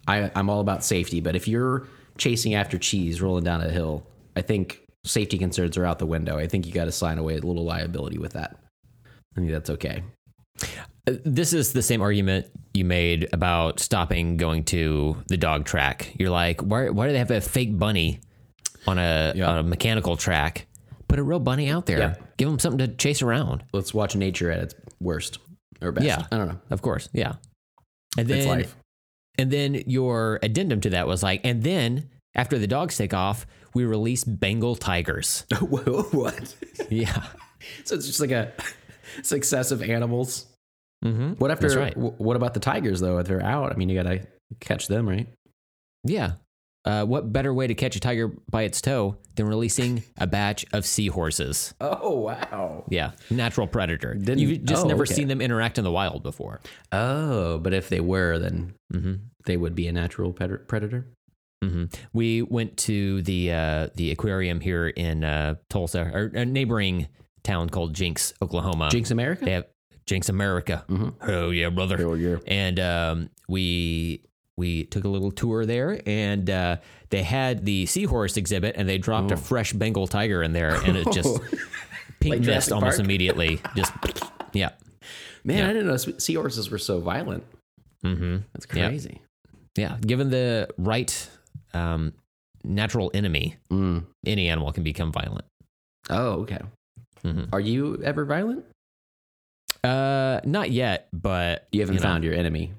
B: I, I'm all about safety, but if you're chasing after cheese rolling down a hill, I think safety concerns are out the window. I think you got to sign away a little liability with that. I think that's okay.
A: This is the same argument you made about stopping going to the dog track. You're like, why, why do they have a fake bunny on a,
B: Yeah.
A: on a mechanical track? Put a real bunny out there.
B: Yeah.
A: Give them something to chase around.
B: Let's watch nature at its worst or best.
A: Yeah.
B: I don't know.
A: Of course. Yeah. And
B: It's
A: then,
B: life. [LAUGHS]
A: and then your addendum to that was like, and then after the dogs take off, we release Bengal
B: [LAUGHS]
A: tigers.
B: Whoa, what?
A: yeah.
B: so it's just like a [LAUGHS] success of animals.
A: Mm-hmm.
B: What after?
A: That's right.
B: wh- what about the tigers though? If they're out, I mean, you got to catch them, right?
A: Yeah. Uh, what better way to catch a tiger by its toe than releasing a batch of seahorses?
B: Oh wow.
A: Yeah, natural predator.
B: Didn't-
A: You've just
B: oh,
A: never
B: okay.
A: seen them interact in the wild before.
B: Oh, but if they were, then mm-hmm,
A: hmm
B: they would be a natural pred- predator.
A: hmm We went to the uh, the aquarium here in uh, Tulsa, or a neighboring town called Jinx, Oklahoma.
B: Jinx America.
A: They have Jinx America.
B: Mhm.
A: Oh yeah, brother.
B: Or your-
A: and um, we we took a little tour there, and uh, they had the seahorse exhibit, and they dropped a fresh Bengal tiger in there, and it [LAUGHS] just pink
B: Like
A: mist
B: Jurassic
A: almost
B: Park?
A: immediately. Just yeah,
B: [LAUGHS] Man,
A: Yeah.
B: I didn't know s- seahorses were so violent.
A: hmm
B: That's
A: Yeah.
B: crazy.
A: yeah. Given the right um, natural enemy,
B: Mm.
A: any animal can become violent.
B: Oh, okay.
A: Mhm.
B: Are you ever violent?
A: Uh, not yet, but
B: You haven't
A: know,
B: found your enemy.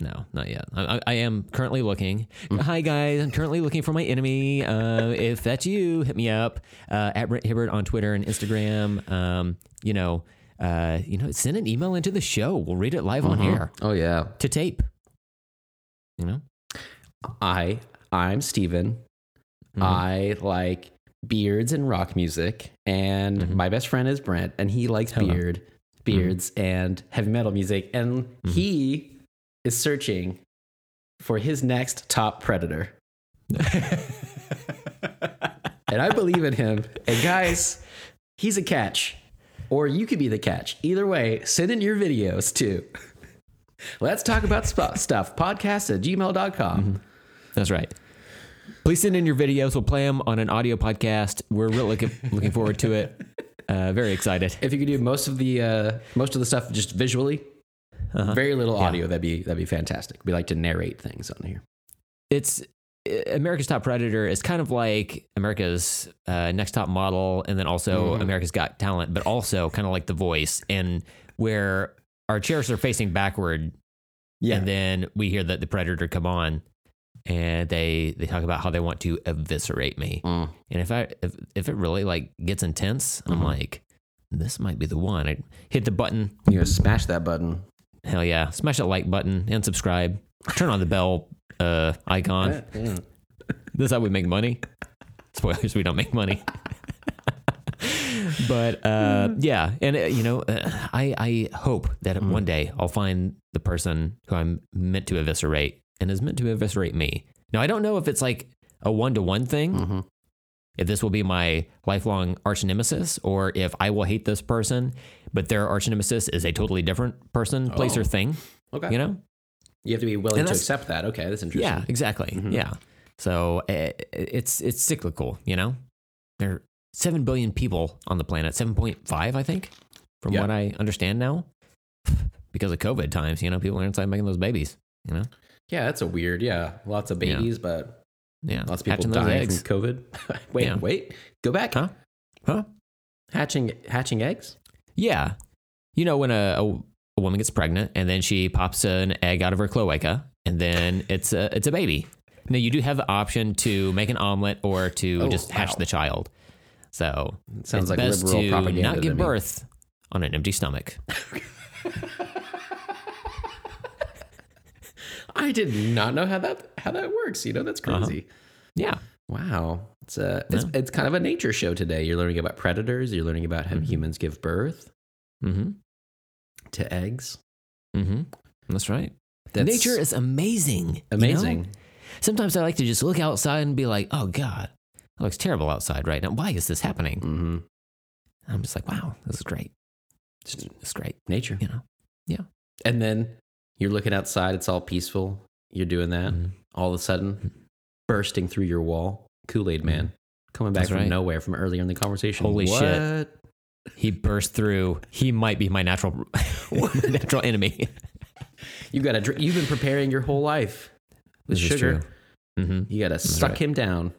A: No, not yet. I, I- I am currently looking.
B: Mm.
A: Hi guys, I'm currently looking for my enemy.
B: [LAUGHS]
A: Uh, if that's you, hit me up uh, at Brent Hibbert on Twitter and Instagram. Um, you know, uh, you know, send an email into the show. We'll read it live on air
B: Oh yeah.
A: to tape. You know,
B: I I'm Steven.
A: Mhm.
B: I like beards and rock music, and
A: Mhm.
B: my best friend is Brent, and he likes
A: Hello.
B: beard beards and heavy metal music, and he is searching for his next top predator. and I believe in him. And guys, he's a catch. Or you could be the catch. Either way, send in your videos too. [LAUGHS] Let's talk about sp- stuff. Podcast at gmail.com.
A: That's right. Please send in your videos. We'll play them on an audio podcast. We're really looking, looking forward to it. Uh, very excited.
B: If you could do most of the uh, most of the stuff just visually,
A: Uh-huh.
B: very little audio, that'd be that'd be fantastic. We like to narrate things on here.
A: It's uh, America's Top Predator is kind of like America's uh, Next Top Model, and then also America's Got Talent, but also kind of like The Voice, and where our chairs are facing backward.
B: Yeah.
A: And then we hear that the predator come on, and they they talk about how they want to eviscerate me.
B: Mm.
A: And if I if, if it really like gets intense, I'm like, this might be the one. I hit the button.
B: You gotta smash that button.
A: Hell yeah! Smash that like button and subscribe. Turn on the bell uh, icon.
B: mm.
A: This is how we make money. Spoilers: we don't make money. [LAUGHS] but uh, yeah, and uh, you know, uh, I I hope that one day I'll find the person who I'm meant to eviscerate and is meant to eviscerate me. Now I don't know if it's like a one to one thing.
B: Mhm.
A: If this will be my lifelong arch nemesis, or if I will hate this person, but their arch nemesis is a totally different person, place,
B: Oh.
A: or thing.
B: Okay.
A: You know?
B: You have to be willing
A: And
B: to
A: that's-
B: accept that. Okay, that's interesting.
A: Yeah, exactly.
B: Mm-hmm.
A: Yeah. So uh, it's it's cyclical, you know. There are seven billion people on the planet, seven point five, I think, from
B: Yeah.
A: what I understand now, [LAUGHS] because of COVID times. You know, people are inside making those babies. You know,
B: Yeah, that's a weird. Yeah, lots of
A: Yeah.
B: babies, but
A: yeah,
B: lots of people
A: Hatching those
B: dying
A: eggs.
B: from COVID. [LAUGHS] wait,
A: Yeah.
B: wait, go back.
A: Huh? Huh?
B: Hatching hatching eggs.
A: Yeah, you know when a, a a woman gets pregnant and then she pops an egg out of her cloaca, and then it's a it's a baby. Now you do have the option to make an omelet or to
B: Oh,
A: just hash
B: wow.
A: the child. So
B: It
A: it's
B: sounds like
A: best
B: liberal
A: to
B: propaganda.
A: not
B: to
A: give
B: me.
A: birth on an empty stomach.
B: I did not know how that how that works. You know, that's
A: Uh-huh.
B: crazy.
A: Yeah,
B: Wow, it's a it's, it's kind of a nature show today. You're learning about predators. You're learning about how humans give birth
A: mm-hmm.
B: to eggs.
A: Mm-hmm. that's right.
B: That's
A: Nature is amazing. you know?
B: amazing.
A: Sometimes I like to just look outside and be like, "Oh God, it looks terrible outside right now. Why is this happening?"
B: Mm-hmm.
A: I'm just like, "Wow, this is great. It's, it's great."
B: Nature,
A: You know? Yeah.
B: And then you're looking outside. It's all peaceful. You're doing that.
A: Mhm.
B: All of a sudden, bursting through your wall, Kool Aid Man coming
A: Mm-hmm.
B: back
A: That's
B: from
A: right.
B: nowhere from earlier in the conversation.
A: Holy
B: What?
A: shit. He burst through. He might be my natural, [LAUGHS] my natural [LAUGHS] enemy.
B: You got to. You've been preparing your whole life with
A: This is
B: sugar.
A: true. Mm-hmm.
B: You got to suck
A: right.
B: him down.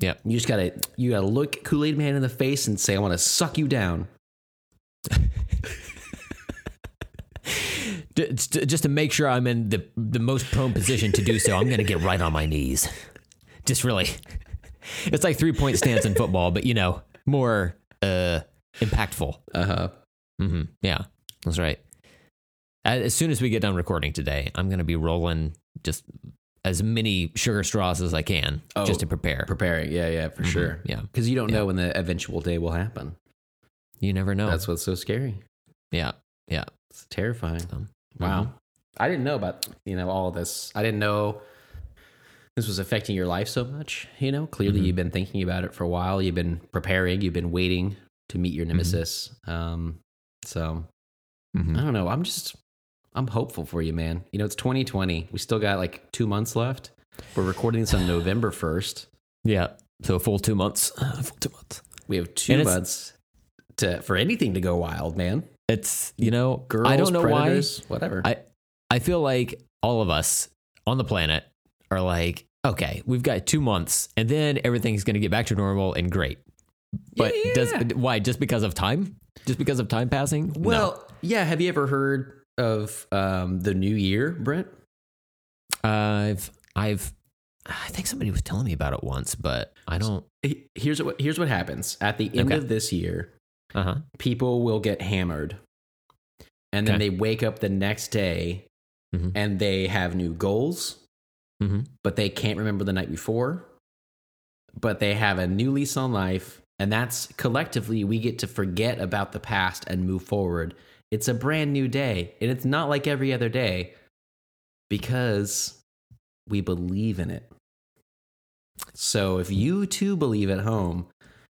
A: Yep.
B: You just got to. You got to look Kool Aid Man in the face and say, "I want to suck you down."
A: D- j- just to make sure I'm in the the most prone position to do so, I'm going to get right on my knees. Just really, it's like three point stance in football, but you know, more uh, impactful.
B: Uh huh.
A: hmm Yeah, that's right. A- As soon as we get done recording today, I'm going to be rolling just as many sugar straws as I can
B: Oh,
A: just to prepare.
B: Preparing. Yeah, yeah, for sure.
A: Mm-hmm. Yeah,
B: Because you don't know when the eventual day will happen.
A: you never know.
B: That's what's so scary.
A: yeah, yeah.
B: It's terrifying.
A: Um,
B: Wow. I didn't know about, you know, all this. I didn't know this was affecting your life so much, you know? Clearly
A: Mm-hmm.
B: you've been thinking about it for a while. You've been preparing, you've been waiting to meet
A: Mm-hmm.
B: your nemesis. Um so
A: Mhm.
B: I don't know. I'm just I'm hopeful for you, man. You know, it's 2020. We still got like 2 months left. We're recording
A: [SIGHS]
B: this on November 1st.
A: Yeah. So a full two months. A full two months.
B: We have 2
A: And it's-
B: months to for anything to go wild, man.
A: It's you know,
B: Girls,
A: I don't know
B: predators, whatever.
A: why. I I feel like all of us on the planet are like, okay, we've got two months, and then everything's going to get back to normal and great. But does
B: Yeah.
A: why? Just because of time? Just because of time passing? No.
B: Well, yeah. Have you ever heard of um, the New Year, Brent?
A: I've I've I think somebody was telling me about it once, but I don't.
B: He- Here's what here's what happens at the end
A: Okay.
B: of this year.
A: Uh
B: Uh-huh.
A: huh.
B: People will get hammered, and then
A: Okay.
B: they wake up the next day,
A: Mhm.
B: and they have new goals,
A: Mhm.
B: but they can't remember the night before. But they have a new lease on life, and that's collectively we get to forget about the past and move forward. It's a brand new day, and it's not like every other day because we believe in it. So if you too believe at home,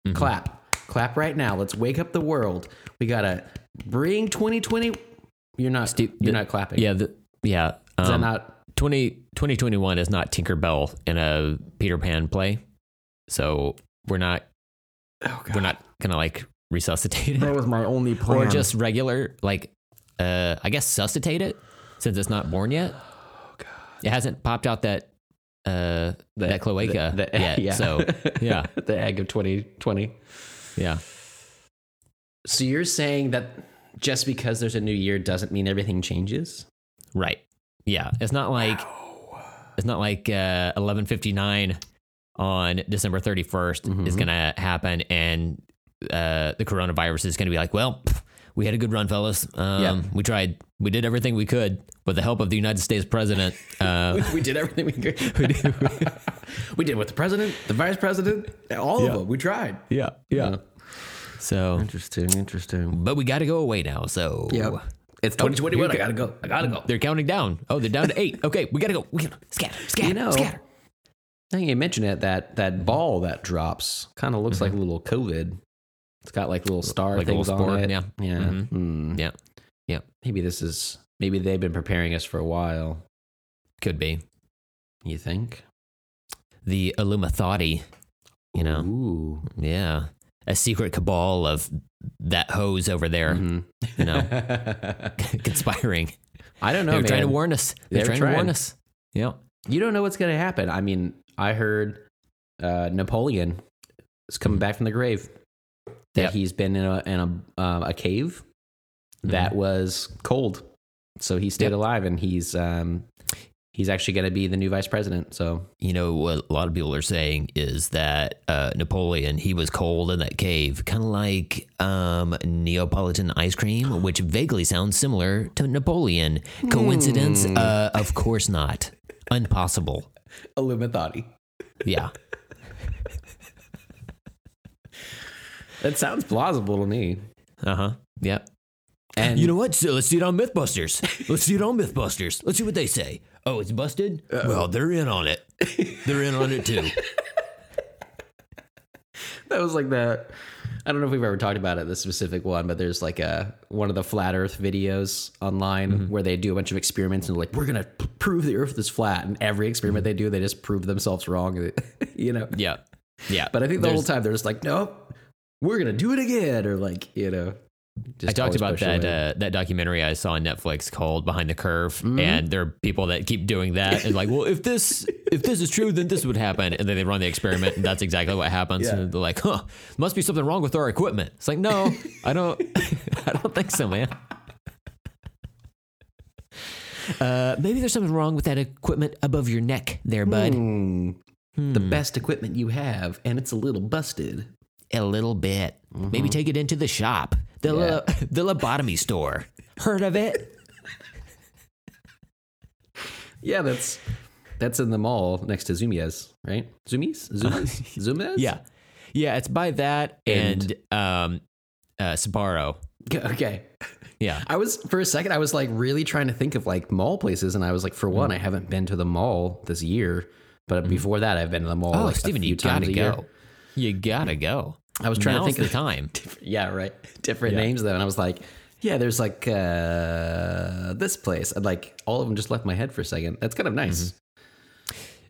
A: Mhm.
B: clap. Clap right now. Let's wake up the world. We gotta bring 2020. You're not
A: Steve,
B: you're
A: the-
B: not clapping.
A: Yeah. The, Yeah.
B: Is that
A: Um,
B: not
A: 20, 2021 is not Tinkerbell in a Peter Pan play. So we're not
C: Oh
B: [LAUGHS]
A: we're not gonna like resuscitate
C: That
A: it.
C: was my only plan.
A: Or just regular like uh I guess suscitate it since it's not born yet. It hasn't popped out that uh that cloaca
B: the- [LAUGHS]
A: yet. So yeah.
B: the egg of 2020.
A: yeah.
B: So you're saying that just because there's a new year doesn't mean everything changes?
A: Right. Yeah. It's not like it's not like uh, eleven fifty nine on December thirty is
B: Mhm.
A: gonna happen, and uh, the coronavirus is gonna be like, well, pff, we had a good run, fellas. Um,
B: Yep.
A: We tried, we did everything we could with the help of the United States president. Uh,
B: [LAUGHS] we did everything we could. [LAUGHS] we, did. we did with the president, the vice president, all
A: Yeah.
B: of them. We tried.
A: yeah, So,
B: Interesting, interesting.
A: but we got to go away now. So
B: Yeah. It's 2021. I gotta go. I gotta go.
A: They're counting down. Oh, they're down to eight. Okay, we gotta go. We gotta scatter, scatter,
B: You know,
A: scatter.
B: Now you mention it, that that ball that drops kind of looks like a little COVID. It's got like little
A: Mm-hmm.
B: star
A: Like a
B: things
A: little
B: on
A: sport,
B: it.
A: yeah.
B: yeah,
A: Mhm.
B: Hmm.
A: Yeah. Yeah.
B: Maybe this is maybe they've been preparing us for a while.
A: Could be
B: You think?
A: the Illuminati. You know.
B: Ooh.
A: Yeah. A secret cabal of that hose over there,
B: Mhm.
A: you know, [LAUGHS] conspiring.
B: [LAUGHS] I don't know.
A: They're
B: Mm-hmm. man.
A: trying to warn us. They're,
B: They're
A: trying, to
B: trying.
A: warn us. Yeah.
B: you don't know what's gonna happen. I mean, I heard uh, Napoleon is coming back from the grave. That
A: Hmm. Yep. Hmm.
B: he's been in a in a uh, a cave that was cold, so he stayed
A: Yep.
B: alive, and he's um he's actually gonna be the new vice president. So
A: You know, what a lot of people are saying is that uh, Napoleon, he was cold in that cave, kind of like um, Neapolitan ice cream, which vaguely sounds similar to Napoleon. Coincidence? Uh, of course not. Impossible.
B: Illuminati.
A: Yeah.
B: That sounds plausible to me.
A: Uh huh. Yep.
B: And
A: You know what? So let's do it on MythBusters. Let's do it on MythBusters. Let's see what they say. Oh, it's busted. Well, they're in on it. They're in on it too.
B: [LAUGHS] that was like the I don't know if we've ever talked about it, this specific one, but there's like a one of the flat Earth videos online where they do a bunch of experiments and like we're gonna p- prove the Earth is flat, and every experiment they do, they just prove themselves wrong, [LAUGHS] you know.
A: [LAUGHS] yeah, yeah.
B: But I think the
A: There's-
B: whole time they're just like, nope, we're gonna do it again, or like you know.
A: I
B: Just
A: talked
B: always
A: about
B: push
A: that
B: away.
A: uh, that documentary I saw on Netflix called Behind the Curve,
B: Mm-hmm.
A: and there are people that keep doing that and like, well, if this if this is true, then this would happen, and then they run the experiment, and that's exactly what happens.
B: Yeah.
A: And they're like, huh, must be something wrong with our equipment. It's like, no, I don't, [LAUGHS] I don't think so, man. Uh, maybe there's something wrong with that equipment above your neck, there, bud.
B: Hmm, the best equipment you have, and it's a little busted.
A: a little bit.
B: Mm-hmm.
A: Maybe take it into the shop, the lo- [LAUGHS] the lobotomy store. Heard of it?
B: Yeah, that's that's in the mall next to Zumiez, right? Zumiez, Zumiez, [LAUGHS] Zumiez.
A: Yeah, yeah. It's by that and, um, uh, Sbarro.
B: Okay.
A: Yeah,
B: I was for a second I was like really trying to think of like mall places and I was like for
A: Mm.
B: one I haven't been to the mall this year but before that I've been to the mall
A: Mm-hmm. Oh,
B: like, a
A: Steven, you
B: few times
A: gotta
B: a year.
A: go. you gotta go.
B: I was trying to
A: Now's
B: think of
A: the time.
B: [LAUGHS] yeah right different names though and I was like yeah there's like uh this place and like all of them just left my head for a second that's kind of nice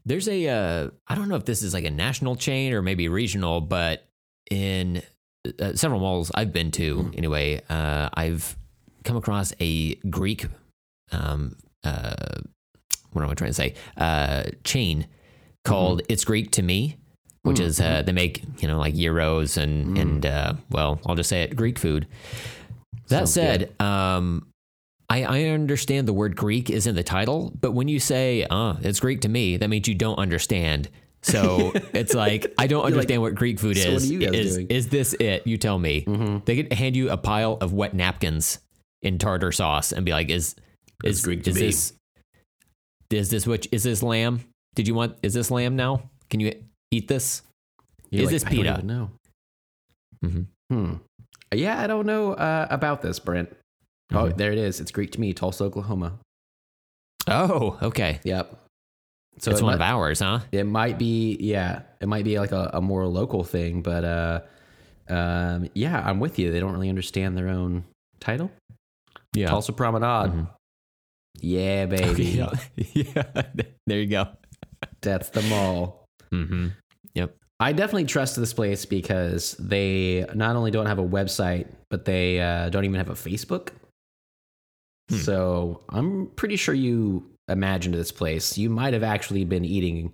A: There's a uh, I don't know if this is like a national chain or maybe regional, but in uh, several malls I've been to anyway, uh, I've come across a Greek, um, uh, what am I trying to say? Uh, chain called It's Greek to Me, which is uh, they make you know like euros and and uh, well I'll just say it Greek food. That
B: Sounds
A: said, um, I, I understand the word Greek is in the title, but when you say, uh, it's Greek to me, that means you don't understand.
B: [LAUGHS]
A: So it's like, I don't understand what Greek food
B: "So what
A: is.
B: are you guys
A: is,
B: doing?"
A: is this it? You tell me.
B: Mm-hmm.
A: They could hand you a pile of wet napkins in tartar sauce and be like, is,
B: It's
A: is
B: Greek to
A: is
B: me.
A: this, is this which, is this lamb? Did you want, is this lamb now? Can you eat this?
B: You're
A: Is
B: like,
A: this
B: I don't
A: pita?
B: even know
A: Mhm.
B: hmm yeah I don't know uh, about this Brent oh
A: Mhm.
B: there it is it's Greek to me Tulsa Oklahoma
A: Oh, okay.
B: yep so
A: It's
B: it
A: one
B: mu-
A: of ours, huh?
B: It might be, yeah, it might be like a, a more local thing, but uh, um, yeah, I'm with you. They don't really understand their own title.
A: Yeah. Mm-hmm.
B: Tulsa Promenade. [LAUGHS] Yeah, [LAUGHS]
A: [LAUGHS]
B: baby.
A: yeah. yeah. There you go.
B: That's the mall.
A: Mm-hmm. Yep.
B: I definitely trust this place because they not only don't have a website, but they uh, don't even have a Facebook.
A: Hmm.
B: So I'm pretty sure you imagined this place. You might have actually been eating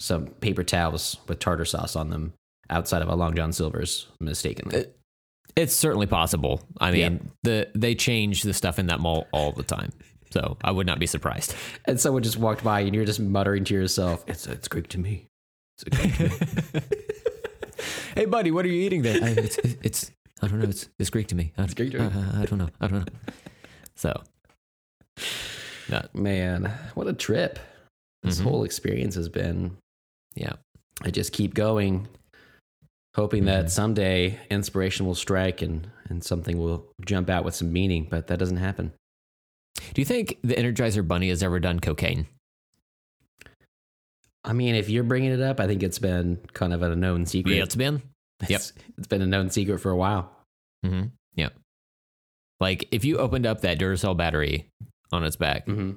B: some paper towels with tartar sauce on them outside of a Long John Silver's, mistakenly.
A: Uh, It's certainly possible. I
B: Yeah.
A: mean, the they change the stuff in that mall all the time. So I would not be [LAUGHS] surprised.
B: and someone just walked by and you're just muttering to yourself, it's, it's Greek to me. It's Greek [LAUGHS] to me.
A: hey, buddy, what are you eating there? I, it's, it's I don't know. It's it's Greek to me. I, uh,
B: Greek to me.
A: I- I- I don't know. I don't know. So
B: Man, what a trip this
A: Mhm.
B: whole experience has been.
A: yeah,
B: I just keep going, hoping
A: Mhm.
B: that someday inspiration will strike and, and something will jump out with some meaning, but that doesn't happen.
A: do you think the Energizer Bunny has ever done cocaine?
B: I mean, if you're bringing it up, I think it's been kind of a known secret. [LAUGHS]
A: Yeah, it's been.
B: It's- it's been a known secret for a while.
A: Mm-hmm. Yeah. Like if you opened up that Duracell battery on its back,
B: hmm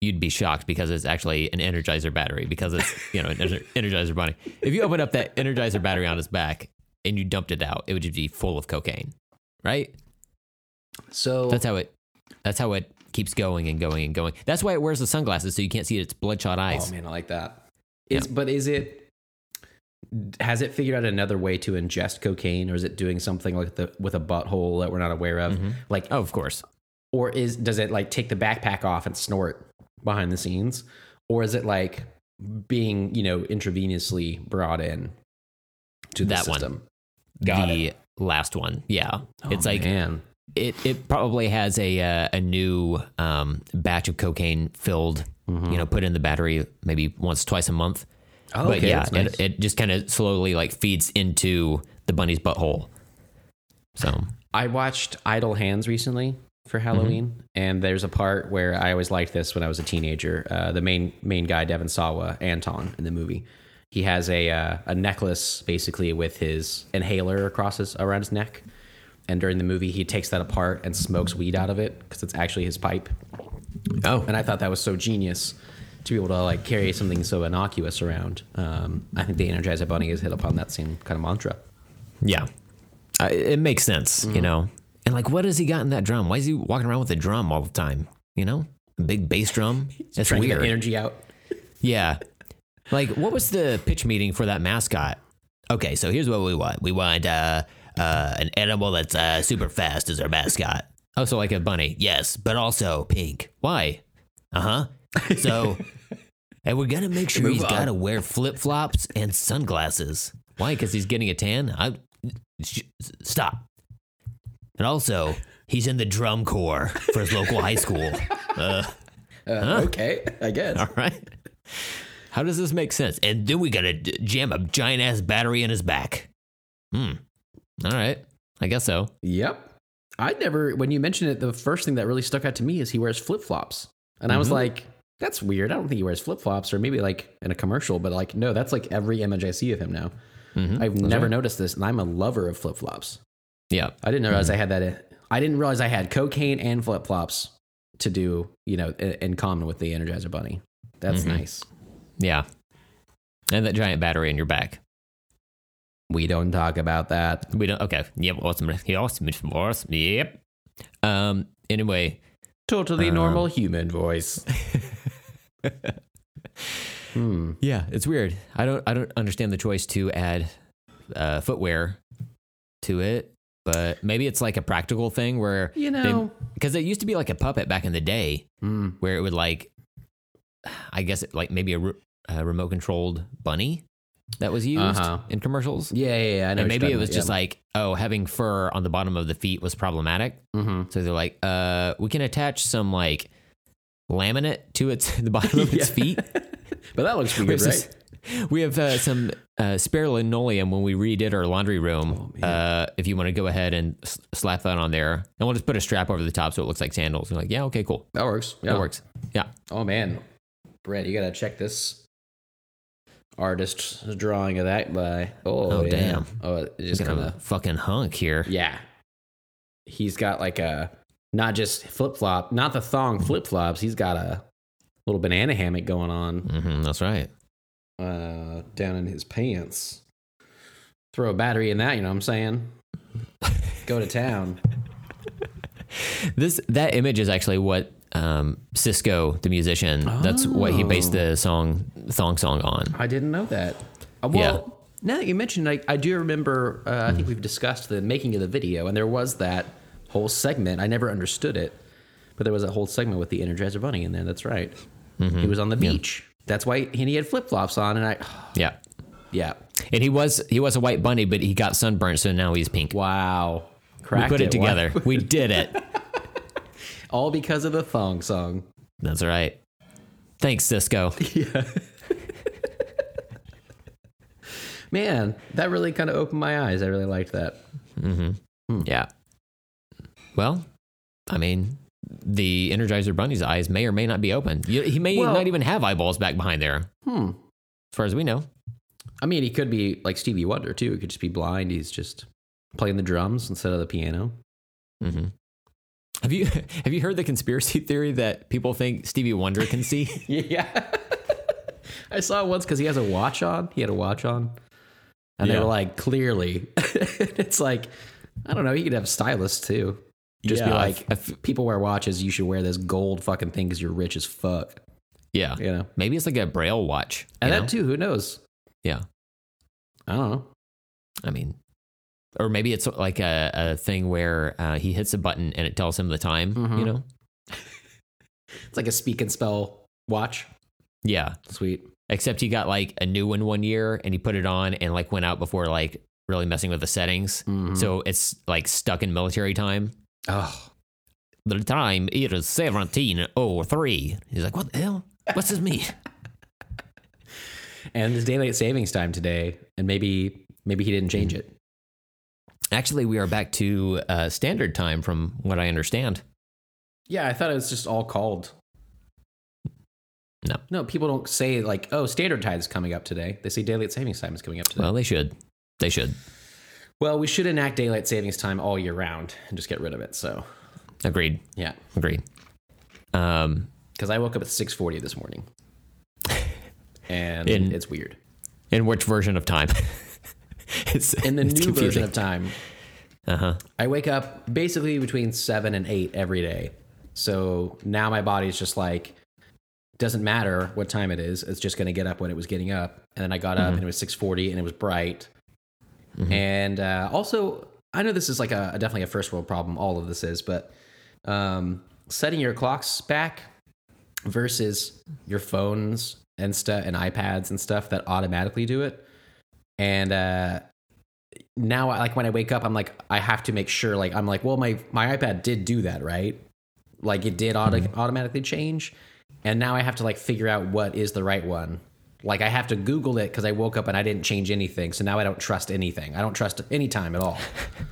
A: you'd be shocked because it's actually an Energizer battery because it's you know an Ener- [LAUGHS] Energizer bunny. If you opened up that Energizer battery on its back and you dumped it out, it would just be full of cocaine, right?
B: So
A: That's how it. That's how it keeps going and going and going. That's why it wears the sunglasses so you can't see its bloodshot eyes.
B: Oh man, I like that. Is but is it has it figured out another way to ingest cocaine, or is it doing something like the with a butthole that we're not aware of?
A: Mhm.
B: Like,
A: Oh, of course.
B: or is does it like take the backpack off and snort behind the scenes, or is it like being you know intravenously brought in to the
A: That one.
B: system? Got Oh,
A: the last one, yeah. it's like
B: man,
A: it. It probably has a uh, a new um, batch of cocaine filled.
B: Mhm.
A: You know, put in the battery maybe once twice a month.
B: Oh,
A: but
B: okay,
A: yeah,
B: that's nice.
A: it, it just kind of slowly like feeds into the bunny's butthole. So
B: I watched Idle Hands recently for
A: Mm-hmm.
B: Halloween, and there's a part where I always liked this when I was a teenager. Uh, the main main guy, Devin Sawa, Anton in the movie, he has a uh, a necklace basically with his inhaler across his around his neck, and during the movie he takes that apart and smokes weed out of it because it's actually his pipe.
A: oh,
B: And I thought that was so genius to be able to like carry something so innocuous around. Um, I think the Energizer Bunny has hit upon that same kind of mantra.
A: yeah, I, it makes sense,
B: Mm-hmm.
A: you know. And like, what has he got in that drum? Why is he walking around with a drum all the time? You know, a big bass drum. That's
B: Trying to get
A: weird.
B: the energy out.
A: yeah. Like, what was the pitch meeting for that mascot? Okay, so here's what we want. We want uh, uh, an animal that's uh, super fast as our mascot. Oh, so like a bunny. Yes, but also pink. Why? Uh huh.
B: [LAUGHS]
A: So, and we're gonna make sure
B: Move
A: he's
B: on.
A: gotta wear flip flops and sunglasses. Why? Because he's getting a tan. I sh- stop. And also, he's in the drum corps for his local high school. Uh,
B: Uh, Okay, I guess.
A: all [LAUGHS] right. How does this make sense? And then we gotta d- jam a giant ass battery in his back. Hmm. All right. I guess so.
B: Yep. I never, when you mentioned it, the first thing that really stuck out to me is he wears flip flops. And I was
A: Mhm.
B: like, that's weird. I don't think he wears flip flops or maybe like in a commercial, but like, no, that's like every image I see of him now.
A: Mhm.
B: I've
A: That's
B: never
A: right.
B: noticed this. And I'm a lover of flip flops.
A: Yeah.
B: I didn't
A: Hmm.
B: realize I had that. I didn't realize I had cocaine and flip flops to do, you know, in, in common with the Energizer Bunny. That's
A: Mhm.
B: nice.
A: Yeah. And that giant battery in your back.
B: We don't talk about that.
A: We don't. Okay. Yep. Awesome. Awesome. Awesome. Yep. Um. Anyway.
B: Totally
A: Um,
B: normal human
A: [LAUGHS]
B: voice. hmm.
A: Yeah. It's weird. I don't. I don't understand the choice to add uh, footwear to it, but maybe it's like a practical thing where
B: You
A: they-
B: know,
A: because it used to be like a puppet back in the day
B: Hmm.
A: where it would like [SIGHS] i guess it like maybe a, re- a remote controlled bunny that was used
B: Uh-huh.
A: in commercials
B: yeah, yeah, yeah. I know
A: and maybe it was just
B: like.
A: like oh having fur on the bottom of the feet was problematic
B: Mm-hmm.
A: so they're like uh we can attach some like laminate to its [LAUGHS] the bottom
B: [LAUGHS]
A: of its feet
B: but that looks
A: we
B: weird,
A: have,
B: right?
A: some, we have uh, some uh, spare linoleum when we redid our laundry room.
B: Oh, man.
A: uh, if you want to go ahead and s- slap that on there, and we'll just put a strap over the top so it looks like sandals. You're like, yeah, okay, cool,
B: That works.
A: that works. Yeah,
B: Oh man, Brett, you gotta check this artist's drawing of that by. Oh,
A: Oh,
B: yeah.
A: damn.
B: Oh, it just
A: just
B: kind
A: kind of
B: of.
A: fucking hunk here.
B: Yeah, he's got like a not just flip flop, not the thong flip flops. He's got a little banana hammock going on
A: hmm that's right.
B: uh, down in his pants. Throw a battery in that, you know what I'm saying? Go to town.
A: This that image is actually what um, Cisco, the musician, that's what he based
B: Oh.
A: the song Thong Song on.
B: I didn't know that. Uh,
A: Yeah. Hmm.
B: Well, now that you mentioned, I, I do remember. Uh, I think we've discussed the making of the video, and there was that whole segment. I never understood it, but there was a whole segment with the Energizer Bunny in there. That's right.
A: Mm-hmm.
B: He was on the beach. That's why, and he had flip flops on, and I, [SIGHS]
A: Yeah,
B: yeah,
A: and he was he was a white bunny, but he got sunburned, so now he's pink.
B: wow,
A: we
B: cracked
A: put it,
B: Wow.
A: together.
B: [LAUGHS]
A: we did it.
B: all because of the thong song.
A: That's right. Thanks,
B: [LAUGHS]
A: Cisco.
B: Man, that really kind of opened my eyes. I really liked that.
A: Yeah. Well, I mean, the Energizer Bunny's eyes may or may not be open. You- He may
B: Well-
A: not even have eyeballs back behind there,
B: Hmm.
A: as far as we know.
B: I mean, he could be like Stevie Wonder too. He could just be blind. He's just playing the drums instead of the piano.
A: hmm Have you [LAUGHS] have you heard the conspiracy theory that people think Stevie Wonder can [LAUGHS] see?
B: Yeah. [LAUGHS] I saw it once because he has a watch on. He had a watch on. And they
A: Yeah.
B: were like, clearly. [LAUGHS] it's like, I don't know. He could have stylists too. Just be
A: Yeah, I
B: like,
A: f- I f-
B: people wear watches. You should wear this gold fucking thing because you're rich as fuck.
A: yeah.
B: You know?
A: Maybe it's like a Braille watch. you
B: And
A: know?
B: that too, who knows?
A: Yeah.
B: I don't know.
A: I mean, or maybe it's like a, a thing where uh, he hits a button and it tells him the time.
B: Mhm.
A: You know?
B: It's like a speak and spell watch.
A: Yeah.
B: Sweet.
A: except he got like a new one one year and he put it on and like went out before like really messing with the settings
B: Mhm.
A: so it's like stuck in military time
B: Oh,
A: the time it is 1703 he's like what the hell what's this mean
B: and it's daylight savings time today, and maybe maybe he didn't
A: Mm.
B: change it.
A: actually we are back to uh, standard time from what i understand
B: Yeah, I thought it was just all called.
A: No.
B: No, people don't say like, oh, standard time is coming up today. They say daylight savings time is coming up today. Well,
A: well they should they should
B: we should enact daylight savings time all year round and just get rid of it. So
A: agreed
B: yeah,
A: agreed um
B: because I woke up at six forty this
A: [LAUGHS]
B: morning, and
A: In-
B: it's weird.
A: in which version of time [LAUGHS] it's
B: In the new
A: it's
B: version
A: confusing.
B: of time,
A: uh-huh
B: I wake up basically between seven and eight every day. So now my body's just like, doesn't matter what time it is. It's just going to get up when it was getting up. And then I got
A: Mm-hmm.
B: up and it was six forty and it was bright. And uh, also, I know this is like a definitely a first world problem. All of this is, but um, setting your clocks back versus your phones and stuff and iPads and stuff that automatically do it. And uh, now, I, like when I wake up, I'm like, I have to make sure. Like, I'm like, well, my my iPad did do that, right? Like, it did auto- automatically change. And now I have to like figure out what is the right one. Like, I have to Google it because I woke up and I didn't change anything. So now I don't trust anything. I don't trust any time at all.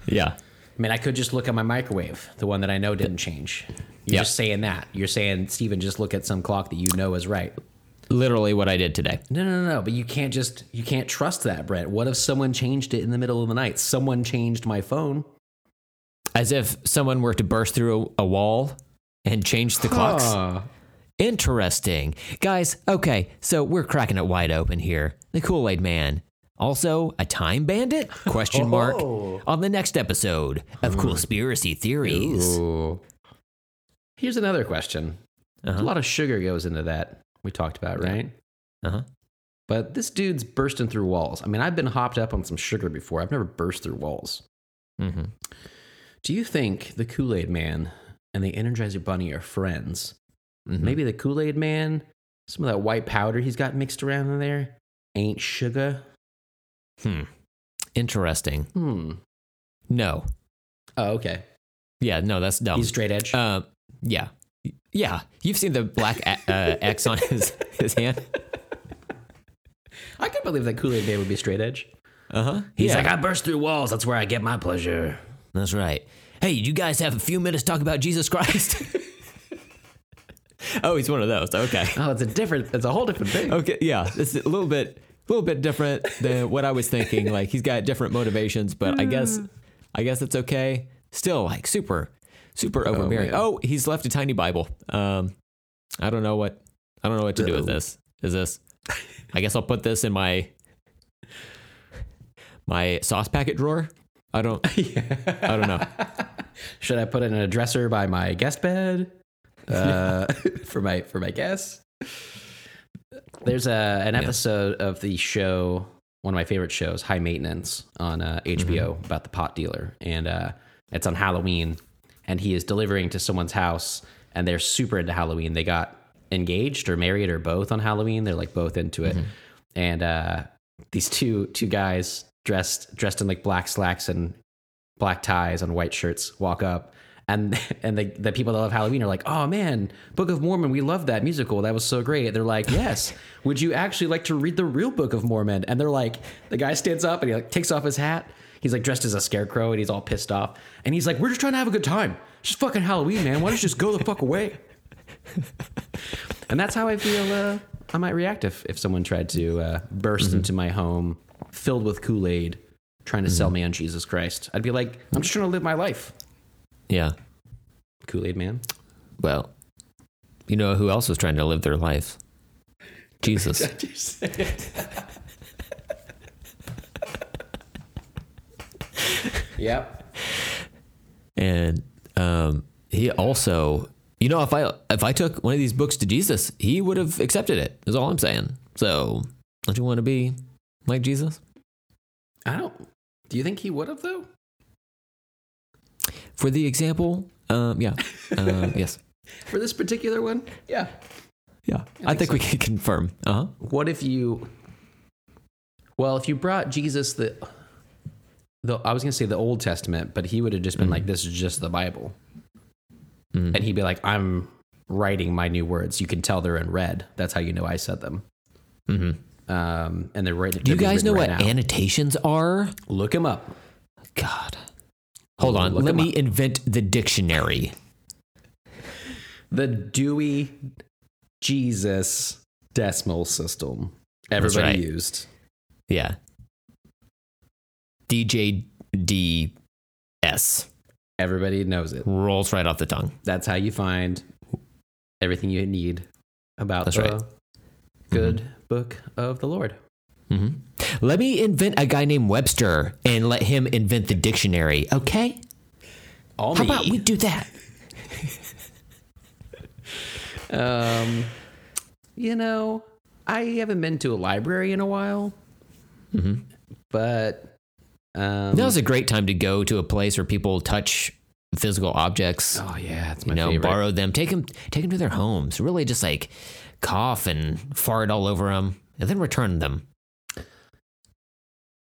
A: yeah
B: I mean, I could just look at my microwave, the one that I know didn't change. You're
A: Yeah.
B: just saying that. You're saying, Steven, just look at some clock that you know is right.
A: literally what i did today
B: No, no, no, no. But you can't just, you can't trust that, Brett. What if someone changed it in the middle of the night? Someone changed my phone.
A: as if someone were to burst through a, a wall and change the clocks.
B: Huh.
A: Interesting. Guys, okay, so we're cracking it wide open here. The Kool-Aid Man. Also, a time bandit? Question mark.
B: [LAUGHS] Oh.
A: On the next episode of Conspiracy Theories.
B: Ooh. Here's another question. A
A: Uh-huh.
B: lot of sugar goes into that. We talked about, right?
A: Uh-huh.
B: But this dude's bursting through walls. I mean, I've been hopped up on some sugar before. I've never burst through walls.
A: Mm-hmm.
B: Do you think the Kool Aid Man and the Energizer Bunny are friends?
A: Mm-hmm.
B: Maybe the Kool Aid Man, some of that white powder he's got mixed around in there, ain't sugar.
A: Interesting.
B: Hmm.
A: No.
B: Oh, okay.
A: Yeah, no, that's dumb.
B: He's straight edge.
A: Uh, yeah. Yeah. You've seen the black a- [LAUGHS] uh, X on his, his hand?
B: I could believe that Kool Aid Man would be straight edge.
A: Uh-huh.
B: He's
A: Yeah.
B: like, I burst through walls. That's where I get my pleasure.
A: "Ah, That's right. Hey, you guys have a few minutes to talk about Jesus Christ? [LAUGHS] oh, he's one of those. Okay.
B: Oh, it's a different. It's a whole different thing.
A: Okay. Yeah. It's a little bit, a little bit different than what I was thinking. Like he's got different motivations, but I guess, I guess it's okay. Still, like super, super overbearing.
B: man.
A: Oh, he's left a tiny Bible. Um, I don't know what I don't know what to do with this. Is this? I guess I'll put this in my my sauce packet drawer. I don't. I don't know.
B: Should I put it in a dresser by my guest bed uh, [LAUGHS] for my for my guests? There's a an episode of the show, one of my favorite shows, High Maintenance on uh, HBO about the pot dealer, and uh, it's on Halloween, and he is delivering to someone's house, and they're super into Halloween. They got engaged or married or both on Halloween. They're like both into it, and uh, these two two guys dressed dressed in like black slacks and black ties on white shirts walk up and [LAUGHS] and the, the people that love halloween are like oh man book of mormon we love that musical that was so great they're like yes would you actually like to read the real book of mormon and they're like the guy stands up and he like takes off his hat he's like dressed as a scarecrow and he's all pissed off and he's like we're just trying to have a good time it's just fucking halloween man why don't you just go the fuck away and that's how i feel uh, i might react if, if someone tried to uh, burst into my home filled with kool-aid trying to sell me on jesus christ i'd be like i'm just trying to live my life
A: Yeah.
B: Kool Aid Man.
A: Well, you know who else was trying to live their life? Jesus.
B: yep.
A: and um, he also you know if i if i took one of these books to jesus he would have accepted it is all i'm saying so don't you want to be like jesus
B: I don't. Do you think he would have though?
A: for the example um, yeah [LAUGHS] um, yes
B: For this particular one? Yeah.
A: yeah i think, we can confirm uh-huh
B: What if you? Well, if you brought Jesus the, the I was gonna say the Old Testament, but he would have just been like, "This is just the Bible,"
A: Mm-hmm.
B: and he'd be like, "I'm writing my new words. You can tell they're in red. That's how you know I said them." Mm-hmm. Um, and they're written.
A: do you guys know what annotations are
B: Look him up.
A: god hold on
B: Look
A: let
B: 'em
A: me invent the dictionary
B: the Dewey Jesus Decimal System. Everybody
A: right.
B: used.
A: yeah djds
B: Everybody knows it.
A: rolls right off the tongue
B: That's how you find everything you need about
A: That's
B: the
A: right. Mm-hmm.
B: good book of the Lord.
A: Let me invent a guy named Webster and let him invent the dictionary, okay?
B: All
A: How
B: me.
A: about we do that?
B: um, you know, I haven't been to a library in a while,
A: Mm-hmm.
B: but um,
A: Now's a great time to go to a place where people touch physical objects,
B: oh yeah, it's my
A: you know,
B: favorite.
A: borrow them, take them, take them to their homes, really just like cough and fart all over them and then return them.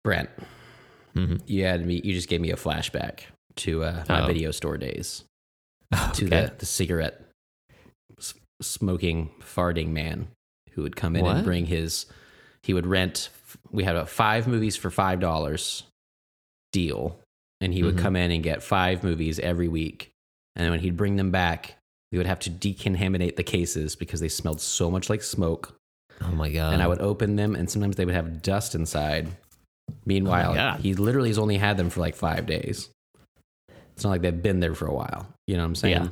B: Brent,
A: Mhm.
B: you had me. You just gave me a flashback to uh, my
A: Oh.
B: video store days,
A: Okay.
B: to the the cigarette s- smoking farting man who would come in
A: What?
B: and bring his. He would rent. We had about five movies for five dollars deal, and he would
A: Mhm.
B: come in and get five movies every week, and when he'd bring them back. We would have to decontaminate the cases because they smelled so much like smoke.
A: Oh my god.
B: and I would open them, and sometimes they would have dust inside. Meanwhile,
A: God.
B: he literally has only had them for like five days. It's not like they've been there for a while. You know what I'm saying?
A: Yeah.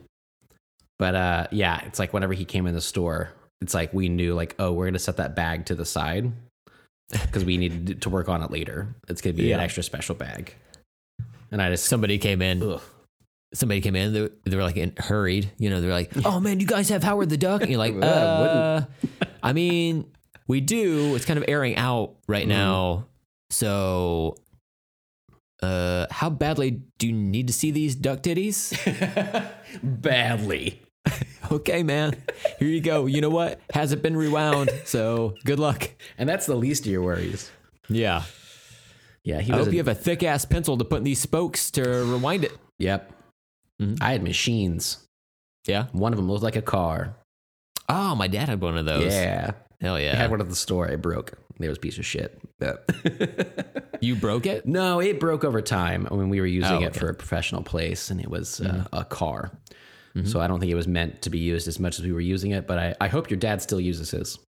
B: But uh, yeah, it's like whenever he came in the store, it's like we knew like, oh, we're gonna set that bag to the side because we needed to work on it later. It's gonna be an
A: Yeah.
B: extra special bag. And I just
A: somebody came in,
B: ugh.
A: somebody came in, they, they were like in, hurried, you know, they're like, "Oh man, you guys have Howard the Duck." And you're
B: [LAUGHS]
A: like,
B: Well, I
A: uh, I mean, we do. It's kind of airing out right
B: Mhm.
A: now. So, uh, how badly do you need to see these duck titties? [LAUGHS]
B: badly.
A: okay, man. Here you go. You know what? Hasn't been rewound. So, good luck.
B: And that's the least of your worries.
A: Yeah.
B: Yeah, he
A: I
B: was
A: hope
B: a-
A: you have a thick ass pencil to put in these spokes to rewind it.
B: Yep.
A: Mhm.
B: I had machines.
A: Yeah.
B: One of them looked like a car.
A: Oh, my dad had one of those.
B: Yeah.
A: Hell
B: I
A: yeah.
B: had one at the store. It broke. It was a piece of shit. But
A: You broke it?
B: [LAUGHS] no, it broke over time when we were using
A: Oh,
B: it
A: okay.
B: for a professional place and it was uh, a car. So I don't think it was meant to be used as much as we were using it, but I, I hope your dad still uses his.
A: [LAUGHS]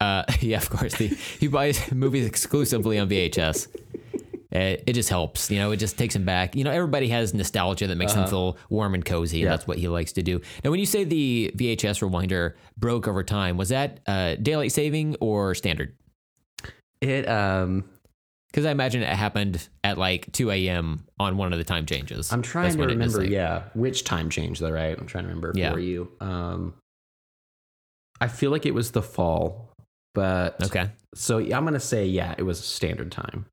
A: Uh, yeah, of course. The, he buys movies exclusively on VHS. Uh, it just helps, you know. It just takes him back. You know, everybody has nostalgia that makes them feel warm and cozy, and
B: Uh-huh. Yeah.
A: that's what he likes to do. Now, when you say the VHS rewinder broke over time, was that uh, daylight saving or standard?
B: It um
A: Because I imagine it happened at like 2 a.m. on one of the time changes.
B: I'm
A: That's
B: trying to
A: when it is
B: remember,
A: like-
B: yeah, which time change though, right? I'm trying to remember
A: Yeah.
B: for you. Um, I feel like it was the fall, but
A: Okay.
B: so I'm gonna say yeah, it was standard time.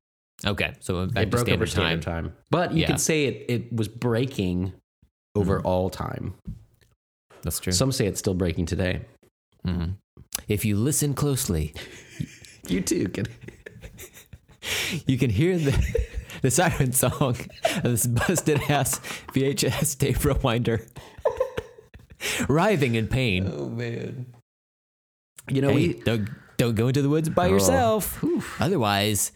A: Okay. So uh, back to
B: it broke
A: standard
B: over
A: time.
B: standard time. but you
A: Yeah.
B: could say it it was breaking over all time.
A: That's true.
B: Some say it's still breaking today.
A: Mhm. If you listen closely,
B: You too, kid.
A: you can hear the, [LAUGHS] the siren song of this busted ass VHS tape rewinder, [LAUGHS] writhing in pain.
B: Oh man. You know
A: Hey,
B: we
A: don't, don't go into the woods by
B: Oh.
A: yourself. Otherwise,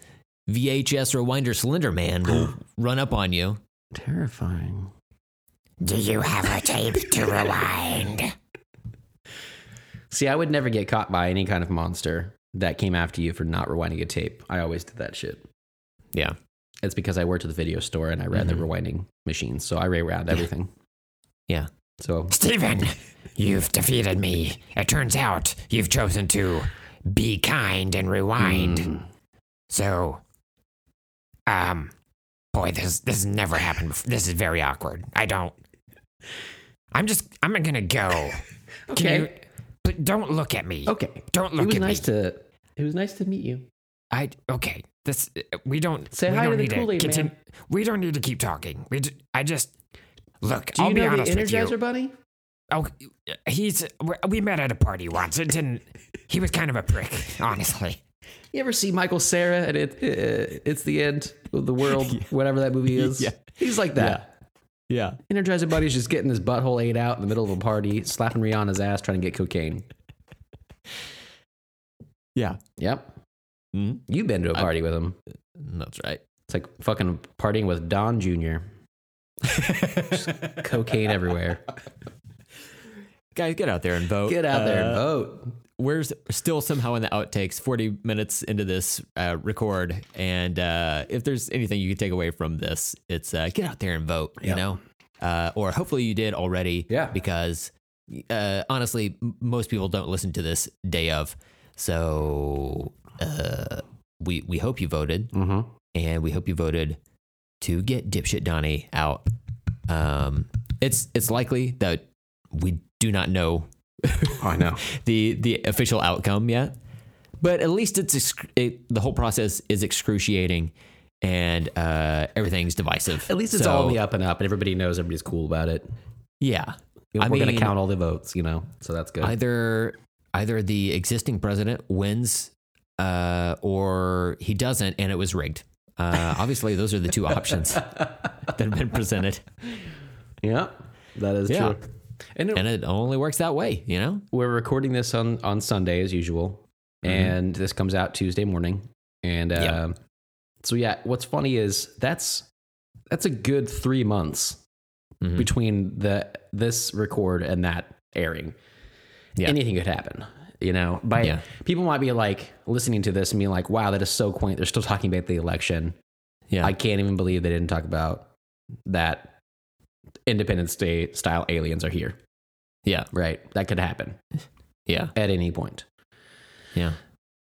A: VHS rewinder Slender Man [GASPS] will run up on you.
B: terrifying.
A: Do you have a tape to rewind?
B: See, I would never get caught by any kind of monster that came after you for not rewinding a tape. I always did that shit.
A: Yeah.
B: It's because I worked at the video store and I ran the rewinding machines, so I rewound everything.
A: Yeah.
B: So
C: Stephen, you've defeated me. It turns out you've chosen to be kind and rewind.
B: Hmm. mm.
C: So, um, boy, this this has never happened. Before. This is very awkward. I don't. I'm just. I'm gonna go. Can
B: Okay.
C: you? But don't look at me.
B: okay,
C: Don't
B: it
C: look
B: was
C: at
B: nice
C: me.
B: to it was nice to meet you.
C: I okay. This we don't
B: Say
C: we
B: hi
C: don't
B: to the
C: need
B: Kool-Aid
C: continu-
B: man.
C: We don't need to keep talking. We d- I just look.
B: Do you
C: I'll be
B: know the
C: honest with you.
B: Energizer Bunny?
C: Oh, he's. We met at a party once. It didn't. He was kind of a prick, honestly.
B: You ever see Michael Sarah and it, uh, it's the end of the [LAUGHS] world, whatever that movie is?
A: Yeah.
B: He's like that.
A: Yeah.
B: Energizer Bunny's just getting his butthole ate out in the middle of a party, slapping Rihanna's ass, trying to get cocaine.
A: Yeah.
B: Yep.
A: Mhm.
B: You've been to a party with him.
A: That's right.
B: It's like fucking partying with Don Jr. [LAUGHS] Just cocaine everywhere.
A: Guys, get out there and vote.
B: Get out there and
A: Uh,
B: vote.
A: we're s- still somehow in the outtakes 40 minutes into this uh, record and uh, if there's anything you can take away from this it's uh, get out there and vote you
B: Yeah.
A: know uh, or hopefully you did already
B: Yeah.
A: because uh, honestly m- most people don't listen to this day of so uh, we, we hope you voted
B: Mm-hmm.
A: and we hope you voted to get dipshit Donnie out. Um, it's it's likely that we do not know.
B: I know.
A: the the official outcome yet, but at least it's excru- it, the whole process is excruciating, and uh, everything's divisive.
B: At least it's
A: So,
B: all in the up and up, and everybody knows everybody's cool about it.
A: yeah.
B: We're
A: I
B: going to
A: mean-
B: count all the votes, you know? So that's good.
A: Either either the existing president wins, uh, or he doesn't, and it was rigged. Uh, obviously, those are the two options
B: [LAUGHS]
A: that have been presented.
B: yeah. That is
A: Yeah.
B: true. And it,
A: and it only works that way, you know?
B: we're recording this on on Sunday as usual, and this comes out Tuesday morning. And uh,
A: Mm-hmm. Yeah.
B: so yeah, what's funny is that's that's a good three months
A: Mhm.
B: between the this record and that airing.
A: Yeah.
B: Anything could happen, you know. By
A: Yeah.
B: people might be like listening to this and being like, "Wow, that is so quaint." They're still talking about the election.
A: Yeah.
B: I can't even believe they didn't talk about that. Independence Day style aliens are here,
A: yeah.
B: right? That could happen
A: Yeah.
B: at any point.
A: Yeah.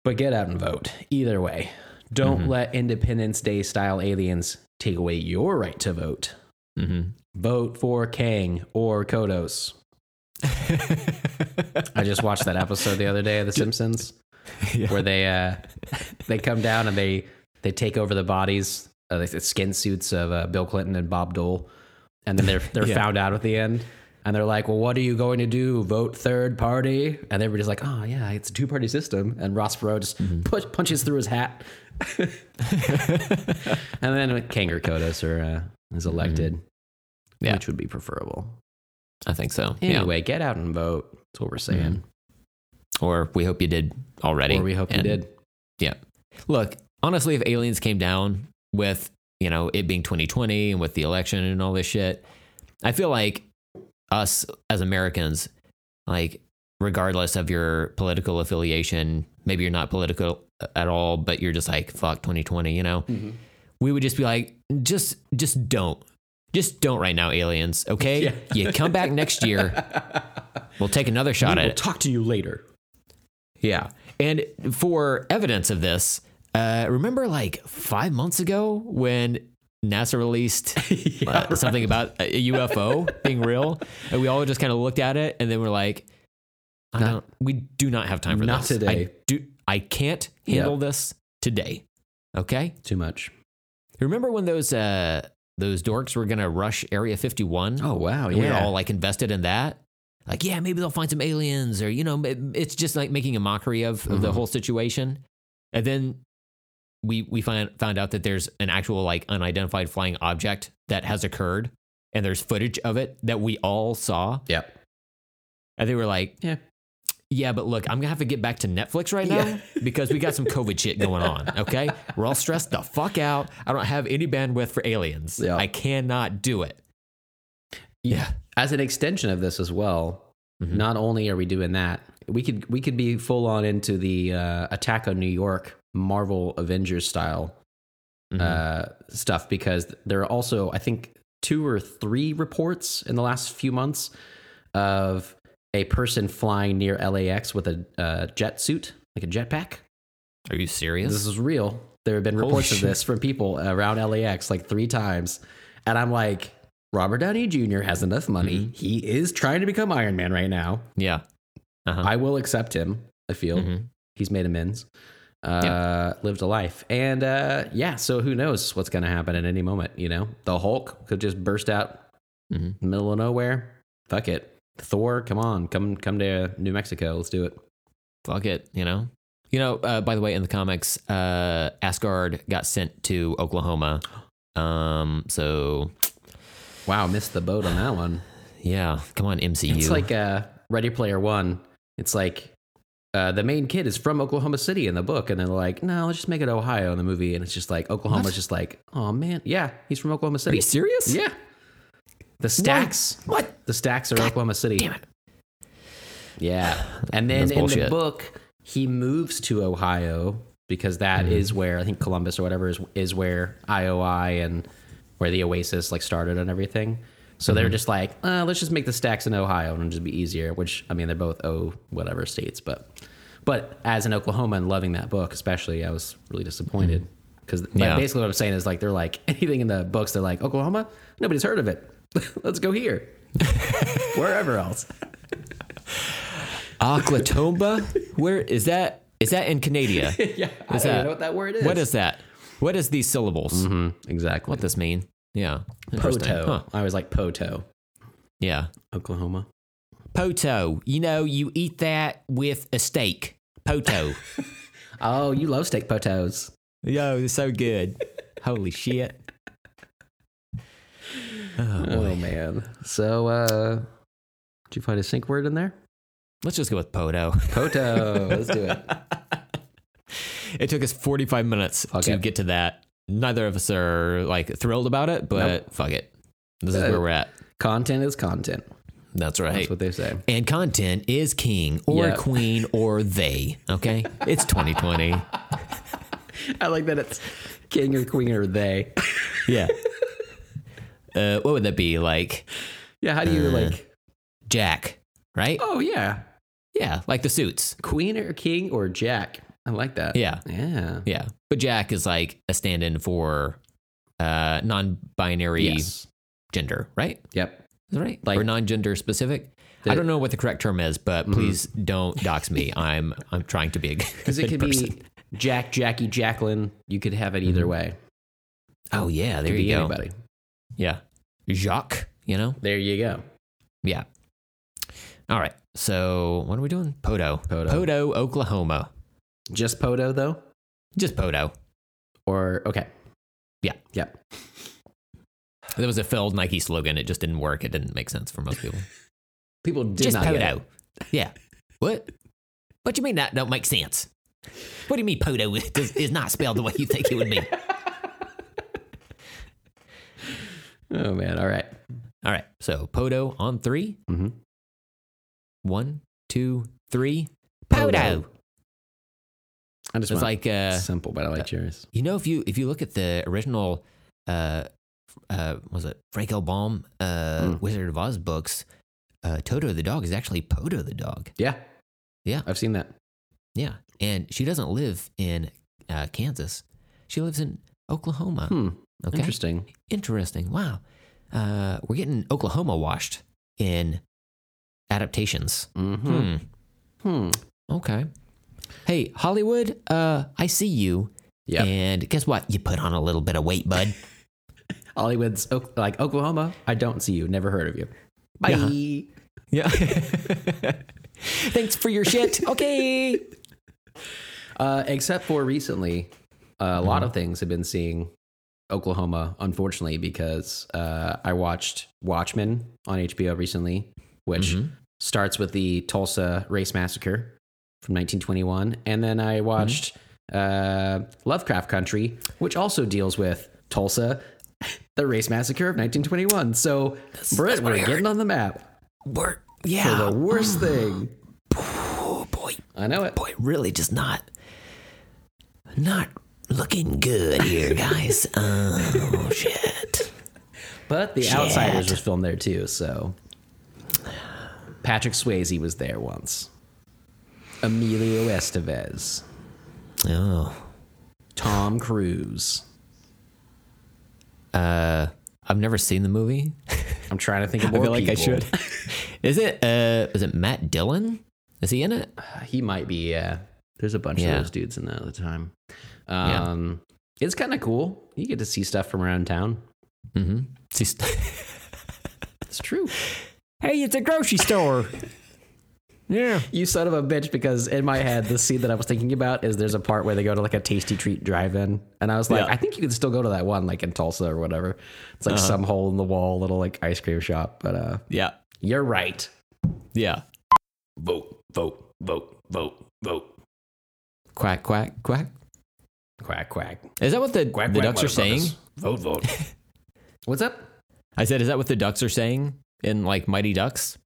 B: But get out and vote. Either way, don't let Independence Day style aliens take away your right to vote.
A: Mm-hmm. [LAUGHS]
B: Vote for Kang or Kodos. I just watched that episode the
A: [LAUGHS]
B: other day of The Simpsons where they uh, they come down and they they take over the bodies, uh, the skin suits of uh, Bill Clinton and Bob Dole, and then they're they're
A: Yeah.
B: found out at the end. And they're like, "Well, what are you going to do? Vote third party?" And everybody's like, "Oh yeah, it's a two party system." And Ross Perot just
A: Mm-hmm.
B: push, punches through his hat, and then Kanger Kodos are, uh, is elected,
A: Mm-hmm. Yeah.
B: which would be preferable.
A: I think so.
B: Anyway, get out and vote. That's what we're
A: Mm-hmm.
B: saying.
A: Yeah. Or we hope you did already.
B: Or we hope you
A: And-
B: did.
A: Yeah. Look, honestly, if aliens came down with, you know, it being 2020 and with the election and all this shit, I feel like us as Americans, like, regardless of your political
B: Mm-hmm.
A: affiliation, maybe you're not political at all, but you're just like, fuck 2020, you know? we would just be like, just just don't. Just don't right now, aliens. Okay?
B: [LAUGHS] Yeah.
A: You come back next
B: [LAUGHS]
A: year. We'll take another shot
B: we
A: at
B: will
A: it.
B: talk to you later.
A: Yeah. And for evidence of this, uh, remember like five months ago when NASA released
B: [LAUGHS] Yeah,
A: uh, something about a UFO being real? And we all just kind of looked at it and then we're like, I
B: Not-
A: don't, we do not have time for
B: Not
A: this. I,
B: today.
A: do, I can't
B: Yeah.
A: handle this today. Okay.
B: Too much.
A: Remember when those, uh, those dorks were going to rush Area 51?
B: Oh wow,
A: and we were all like invested in that. Like, yeah, maybe they'll find some aliens, or you know, it- it's just like making a mockery of, of the
B: Mhm.
A: whole situation. And then we we find found out that there's an actual like unidentified flying object that has occurred, and there's footage of it that we all saw.
B: Yep.
A: And they were like,
B: Yeah.
A: yeah, but look, I'm gonna have to get back to Netflix right now
B: Yeah.
A: because we got some COVID shit going on. Okay, we're all stressed the fuck out. I don't have any bandwidth for aliens.
B: Yeah.
A: I cannot do it. Yeah.
B: As an extension of this as well,
A: Mhm.
B: not only are we doing that, we could we could be full on into the uh, attack on New York Marvel Avengers style
A: Mhm.
B: uh, stuff because there are also, I think, two or three reports in the last few months of a person flying near LAX with a uh, jet suit, like a jetpack.
A: Are you serious?
B: This is real. There have been
A: Holy
B: reports of
A: shit.
B: this from people around LAX like three times. And I'm like, Robert Downey Jr. has enough money.
A: Mm-hmm.
B: He is trying to become Iron Man right now.
A: Yeah. Uh-huh.
B: I will accept him, I feel
A: Mhm.
B: he's made amends uh lived a life and uh yeah so who knows what's gonna happen at any moment you know the hulk could just burst out
A: Mhm.
B: in the middle of nowhere fuck it thor come on come come to new mexico let's do it
A: Fuck it, you know. You know, uh, by the way, in the comics, uh, Asgard got sent to Oklahoma. Um, so
B: wow missed the boat on that one
A: yeah, come on, MCU.
B: it's [LAUGHS] like uh ready player one it's like uh, the main kid is from Oklahoma City in the book, and they're like, "No, let's just make it Ohio in the movie." And it's just like Oklahoma's
A: What?
B: just like, "Oh man, yeah, he's from Oklahoma
A: Are
B: City."
A: you serious?
B: Yeah, the stacks.
A: What?
B: The stacks are Oklahoma City.
A: damn it. [SIGHS]
B: Yeah. And then
A: That's
B: in the
A: bullshit.
B: book, he moves to Ohio because that
A: Mm-hmm.
B: is where I think Columbus or whatever is is where IOI and where the Oasis like started and everything. So
A: Mm-hmm.
B: they're just like, uh, let's just make the stacks in Ohio and it'll just be easier. Which I mean, they're both O whatever states, but but as an Oklahoman loving that book, especially, I was really disappointed because
A: Mm-hmm. Yeah.
B: basically what I'm saying is like they're like [LAUGHS] anything in the books, they're like Oklahoma, nobody's heard of it. [LAUGHS] let's go here, [LAUGHS] wherever else.
A: Oklatomba? Where is that? Is that in Canada?
B: [LAUGHS] yeah, I don't
A: Is
B: even
A: that-
B: know what that word is.
A: What is that? What is these syllables?
B: Mm, exactly?
A: What does this mean? Yeah. Interesting.
B: Poto?
A: Huh.
B: I was like Poto,
A: Yeah.
B: Oklahoma.
A: Poto. You know, you eat that with a steak.
B: [LAUGHS]
A: Poto.
B: Oh, you love steak potos.
A: Yo, it's so good. Holy shit. Oh, boy.
B: Oh man. So, uh, did you find a sync word in there?
A: Let's just go with Poto. [LAUGHS]
B: Poto. Let's do it.
A: It took us 45 minutes
B: Fuck
A: to
B: it.
A: get to that. Neither of us are like thrilled about it, but fuck it. This is
B: Uh,
A: where we're at.
B: Content is content.
A: That's right.
B: That's what they say.
A: and content is king or
B: Yeah.
A: queen or they. Okay. It's
B: [LAUGHS]
A: 2020.
B: I like that it's king or queen or they.
A: yeah. Uh, what would that be? Like
B: Yeah, how do
A: Uh.
B: you like?
A: Jack, right?
B: Oh yeah,
A: Yeah. Like the suits.
B: queen or king or jack. I like that.
A: Yeah.
B: yeah.
A: Yeah. But Jack is like a stand in for uh, non binary
B: Yes.
A: gender, right?
B: Yep.
A: Is that right?
B: Like- Mm-hmm.
A: or non gender specific. I
B: The-
A: don't know what the correct term is, but please don't dox
B: [LAUGHS]
A: me. I'm I'm trying to be a
B: Because
A: good
B: it could
A: person.
B: be Jack, Jackie, Jacqueline. You could have it either way.
A: oh yeah, there
B: could
A: you
B: be
A: go.
B: anybody.
A: Yeah, Jacques. You know.
B: There you go.
A: Yeah. All right. So what are we doing? Podo.
B: Poto.
A: Podo, Oklahoma.
B: Just Poto though,
A: Just Podo.
B: or okay.
A: Yeah.
B: Yep.
A: That was a failed Nike slogan. It just didn't work. It didn't make sense for most
B: [LAUGHS]
A: people.
B: People did
A: just
B: not get it.
A: Podo. Yeah. What? What do you mean that don't make sense? What do you mean Podo [LAUGHS] is, does- is not spelled the way you think it would be?
B: [LAUGHS] Oh man. All right.
A: All right. So Podo on three.
B: Mhm.
A: One, two, three. Podo.
B: I just
A: It's
B: want
A: like uh,
B: simple, but I like yours.
A: you know if you if you look at the original, uh, uh, what was it Frank L. Baum, uh,
B: Mm.
A: Wizard of Oz books, uh, Toto the dog is actually Poto the dog.
B: Yeah.
A: Yeah.
B: I've seen that.
A: Yeah, and she doesn't live in uh, Kansas. She lives in Oklahoma.
B: Hmm.
A: okay,
B: Interesting.
A: Interesting. Wow, uh, we're getting Oklahoma washed in adaptations.
B: Mm-hmm.
A: hmm.
B: Hmm.
A: Okay. Hey, Hollywood, uh, I see you.
B: Yep.
A: And guess what? You put on a little bit of weight,
B: [LAUGHS]
A: bud.
B: Hollywood's Ok- like Oklahoma. I don't see you. Never heard of you. Bye. [LAUGHS]
A: yeah. Thanks for your shit. Okay.
B: Uh, except for recently, a
A: Mm-hmm.
B: lot of things have been seeing Oklahoma, unfortunately, because uh, I watched Watchmen on HBO recently, which
A: Mhm.
B: starts with the Tulsa race massacre from 1921. And then I
A: Mm-hmm.
B: watched uh, Lovecraft Country, which also deals with Tulsa, [LAUGHS] the race massacre of 1921. So, Britt,
A: that's what
B: we're
A: I heard.
B: getting on the map
A: We're,
B: for
A: yeah.
B: the
A: [SIGHS]
B: worst thing.
A: Oh, Ah. boy.
B: I know it.
A: Boy, really just not, not looking good here, guys.
B: [LAUGHS]
A: oh, shit.
B: But The Outsiders was filmed there too, so Patrick Swayze was there once. Emilio Estevez,
A: Oh.
B: Tom Cruise.
A: I've never seen the
B: [LAUGHS]
A: movie.
B: I'm trying to think of more people.
A: [LAUGHS] is it, uh, is it Matt Dillon? Is he in it?
B: He might be. Yeah, there's a bunch
A: Yeah.
B: of those dudes in that at the time. Um, it's kind of cool. You get to see stuff from around town.
A: Mm-hmm. She's, [LAUGHS]
B: It's true.
A: hey, it's a grocery store.
B: [LAUGHS]
A: yeah.
B: You son of a bitch. Because in my head, the scene that I was thinking about is there's a part where they go to like a tasty treat drive-in, and I was like,
A: Yeah. Uh-huh.
B: I think you can still go to that one, like in Tulsa or whatever. It's like some hole in the wall little like ice cream shop. But uh,
A: Yeah.
B: you're right.
A: Yeah.
B: Vote, vote, vote, vote, vote.
A: Quack, quack, quack.
B: Quack quack.
A: Is that what the,
B: Quack,
A: the
B: quack,
A: ducks are saying?
B: motherfuckers. Vote, vote. What's up?
A: I said, is that what the ducks are saying in like Mighty Ducks?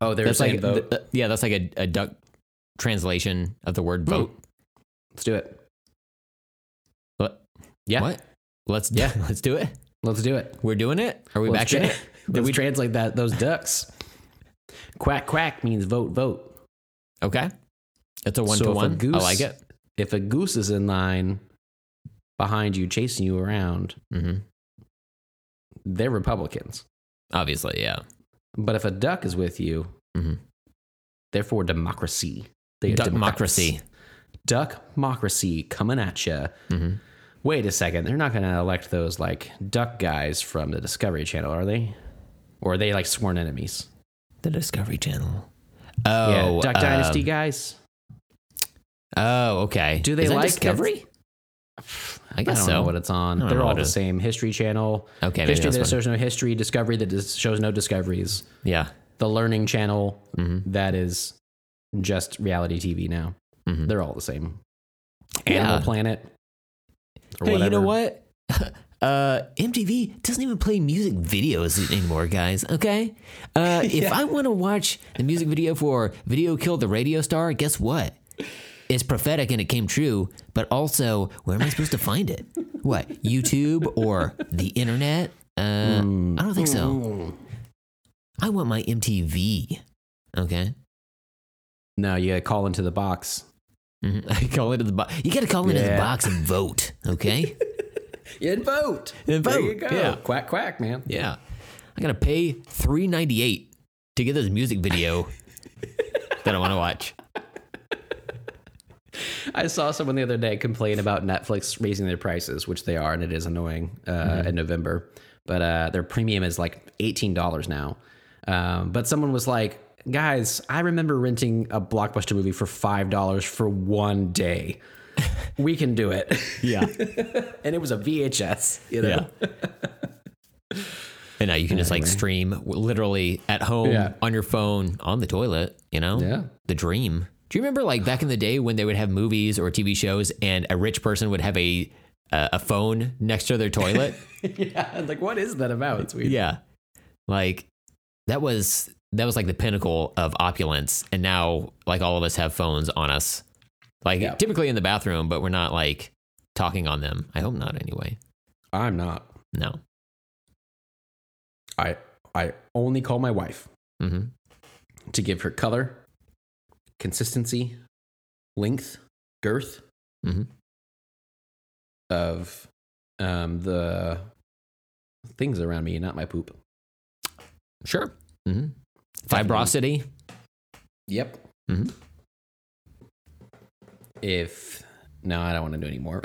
B: Oh, they're
A: That's
B: saying
A: like, th-
B: vote.
A: th- yeah, that's like a, a duck translation of the
B: Hmm.
A: word vote.
B: Let's do it.
A: What?
B: Yeah.
A: What? Let's
B: Yeah.
A: [LAUGHS] let's do it.
B: Let's do it.
A: We're doing it. Are we
B: Let's
A: back in
B: tra-
A: it? [LAUGHS] Did
B: Let's
A: we-
B: translate that those ducks. Quack quack means vote vote.
A: Okay. It's a one
B: So
A: to
B: if a
A: one. I
B: goose-
A: like it.
B: If a goose is in line behind you, chasing you around,
A: Mm-hmm.
B: they're Republicans.
A: Obviously, yeah.
B: But if a duck is with you,
A: Mhm.
B: they're for democracy. They are
A: Democracy.
B: Duck democracy coming at you.
A: Mhm.
B: Wait a second. They're not going to elect those like duck guys from the Discovery Channel, are they? Or are they like sworn enemies?
A: The Discovery Channel. Oh,
B: yeah, Duck
A: um,
B: Dynasty guys.
A: Oh, okay.
B: Do they
A: Is that
B: like
A: Discovery? I
B: I
A: guess
B: don't
A: so.
B: know what it's on.
A: I don't
B: They're
A: know
B: all
A: what
B: the
A: it is.
B: same. History Channel.
A: Okay, maybe
B: History
A: that's
B: that
A: what-
B: shows no history. Discovery that dis- shows no discoveries.
A: yeah.
B: The Learning Channel
A: Mhm.
B: that is just reality TV now.
A: Mhm.
B: They're all the same.
A: Yeah.
B: Animal Planet. or
A: hey, you
B: whatever.
A: know what? [LAUGHS] Uh, MTV doesn't even play music videos anymore, guys. Okay,
B: [LAUGHS]
A: uh, if I want to watch the music video for "Video Killed the Radio Star," guess what? It's prophetic and it came true. But also, where am I supposed to find it? What YouTube or the internet? Uh,
B: Hmm.
A: I don't think so.
B: Oh.
A: I want my MTV. Okay,
B: No, you gotta call into the box.
A: [LAUGHS] Mhm. call into the box. You got to call into the
B: Yeah.
A: box and vote.
B: [LAUGHS]
A: Okay.
B: In vote.
A: And
B: There
A: vote,
B: you go.
A: yeah.
B: Quack quack, man.
A: Yeah. I gotta pay three ninety eight to get this music video that I wanna watch.
B: I saw someone the other day complain about Netflix raising their prices, which they are, and it is annoying uh, in November. But uh, their premium is like eighteen dollars now. Um, but someone was like, "Guys, I remember renting a blockbuster movie for five dollars for one [LAUGHS] day. we can do it."
A: Yeah.
B: and it was a VHS. You know?
A: Yeah. And now you can just like stream w- literally at home
B: Yeah.
A: on your phone on the toilet, you know?
B: Yeah.
A: The dream. Do you remember like back in the day when they would have movies or TV shows and a rich person would have a uh, a phone next to their toilet?
B: [LAUGHS] yeah. I was Like, what is that about? It's weird.
A: yeah. Like that was that was like the pinnacle of opulence and now like all of us have phones on us. Like
B: Yeah.
A: typically in the bathroom, but we're not like talking on them. I hope not anyway.
B: I'm not.
A: No.
B: I I only call my wife
A: hmm
B: to give her color, consistency, length, girth
A: Mhm.
B: of um, the things around me, not my poop.
A: Sure. hmm Fibrosity.
B: Yep.
A: Mhm.
B: [LAUGHS] If no, I don't want to do anymore.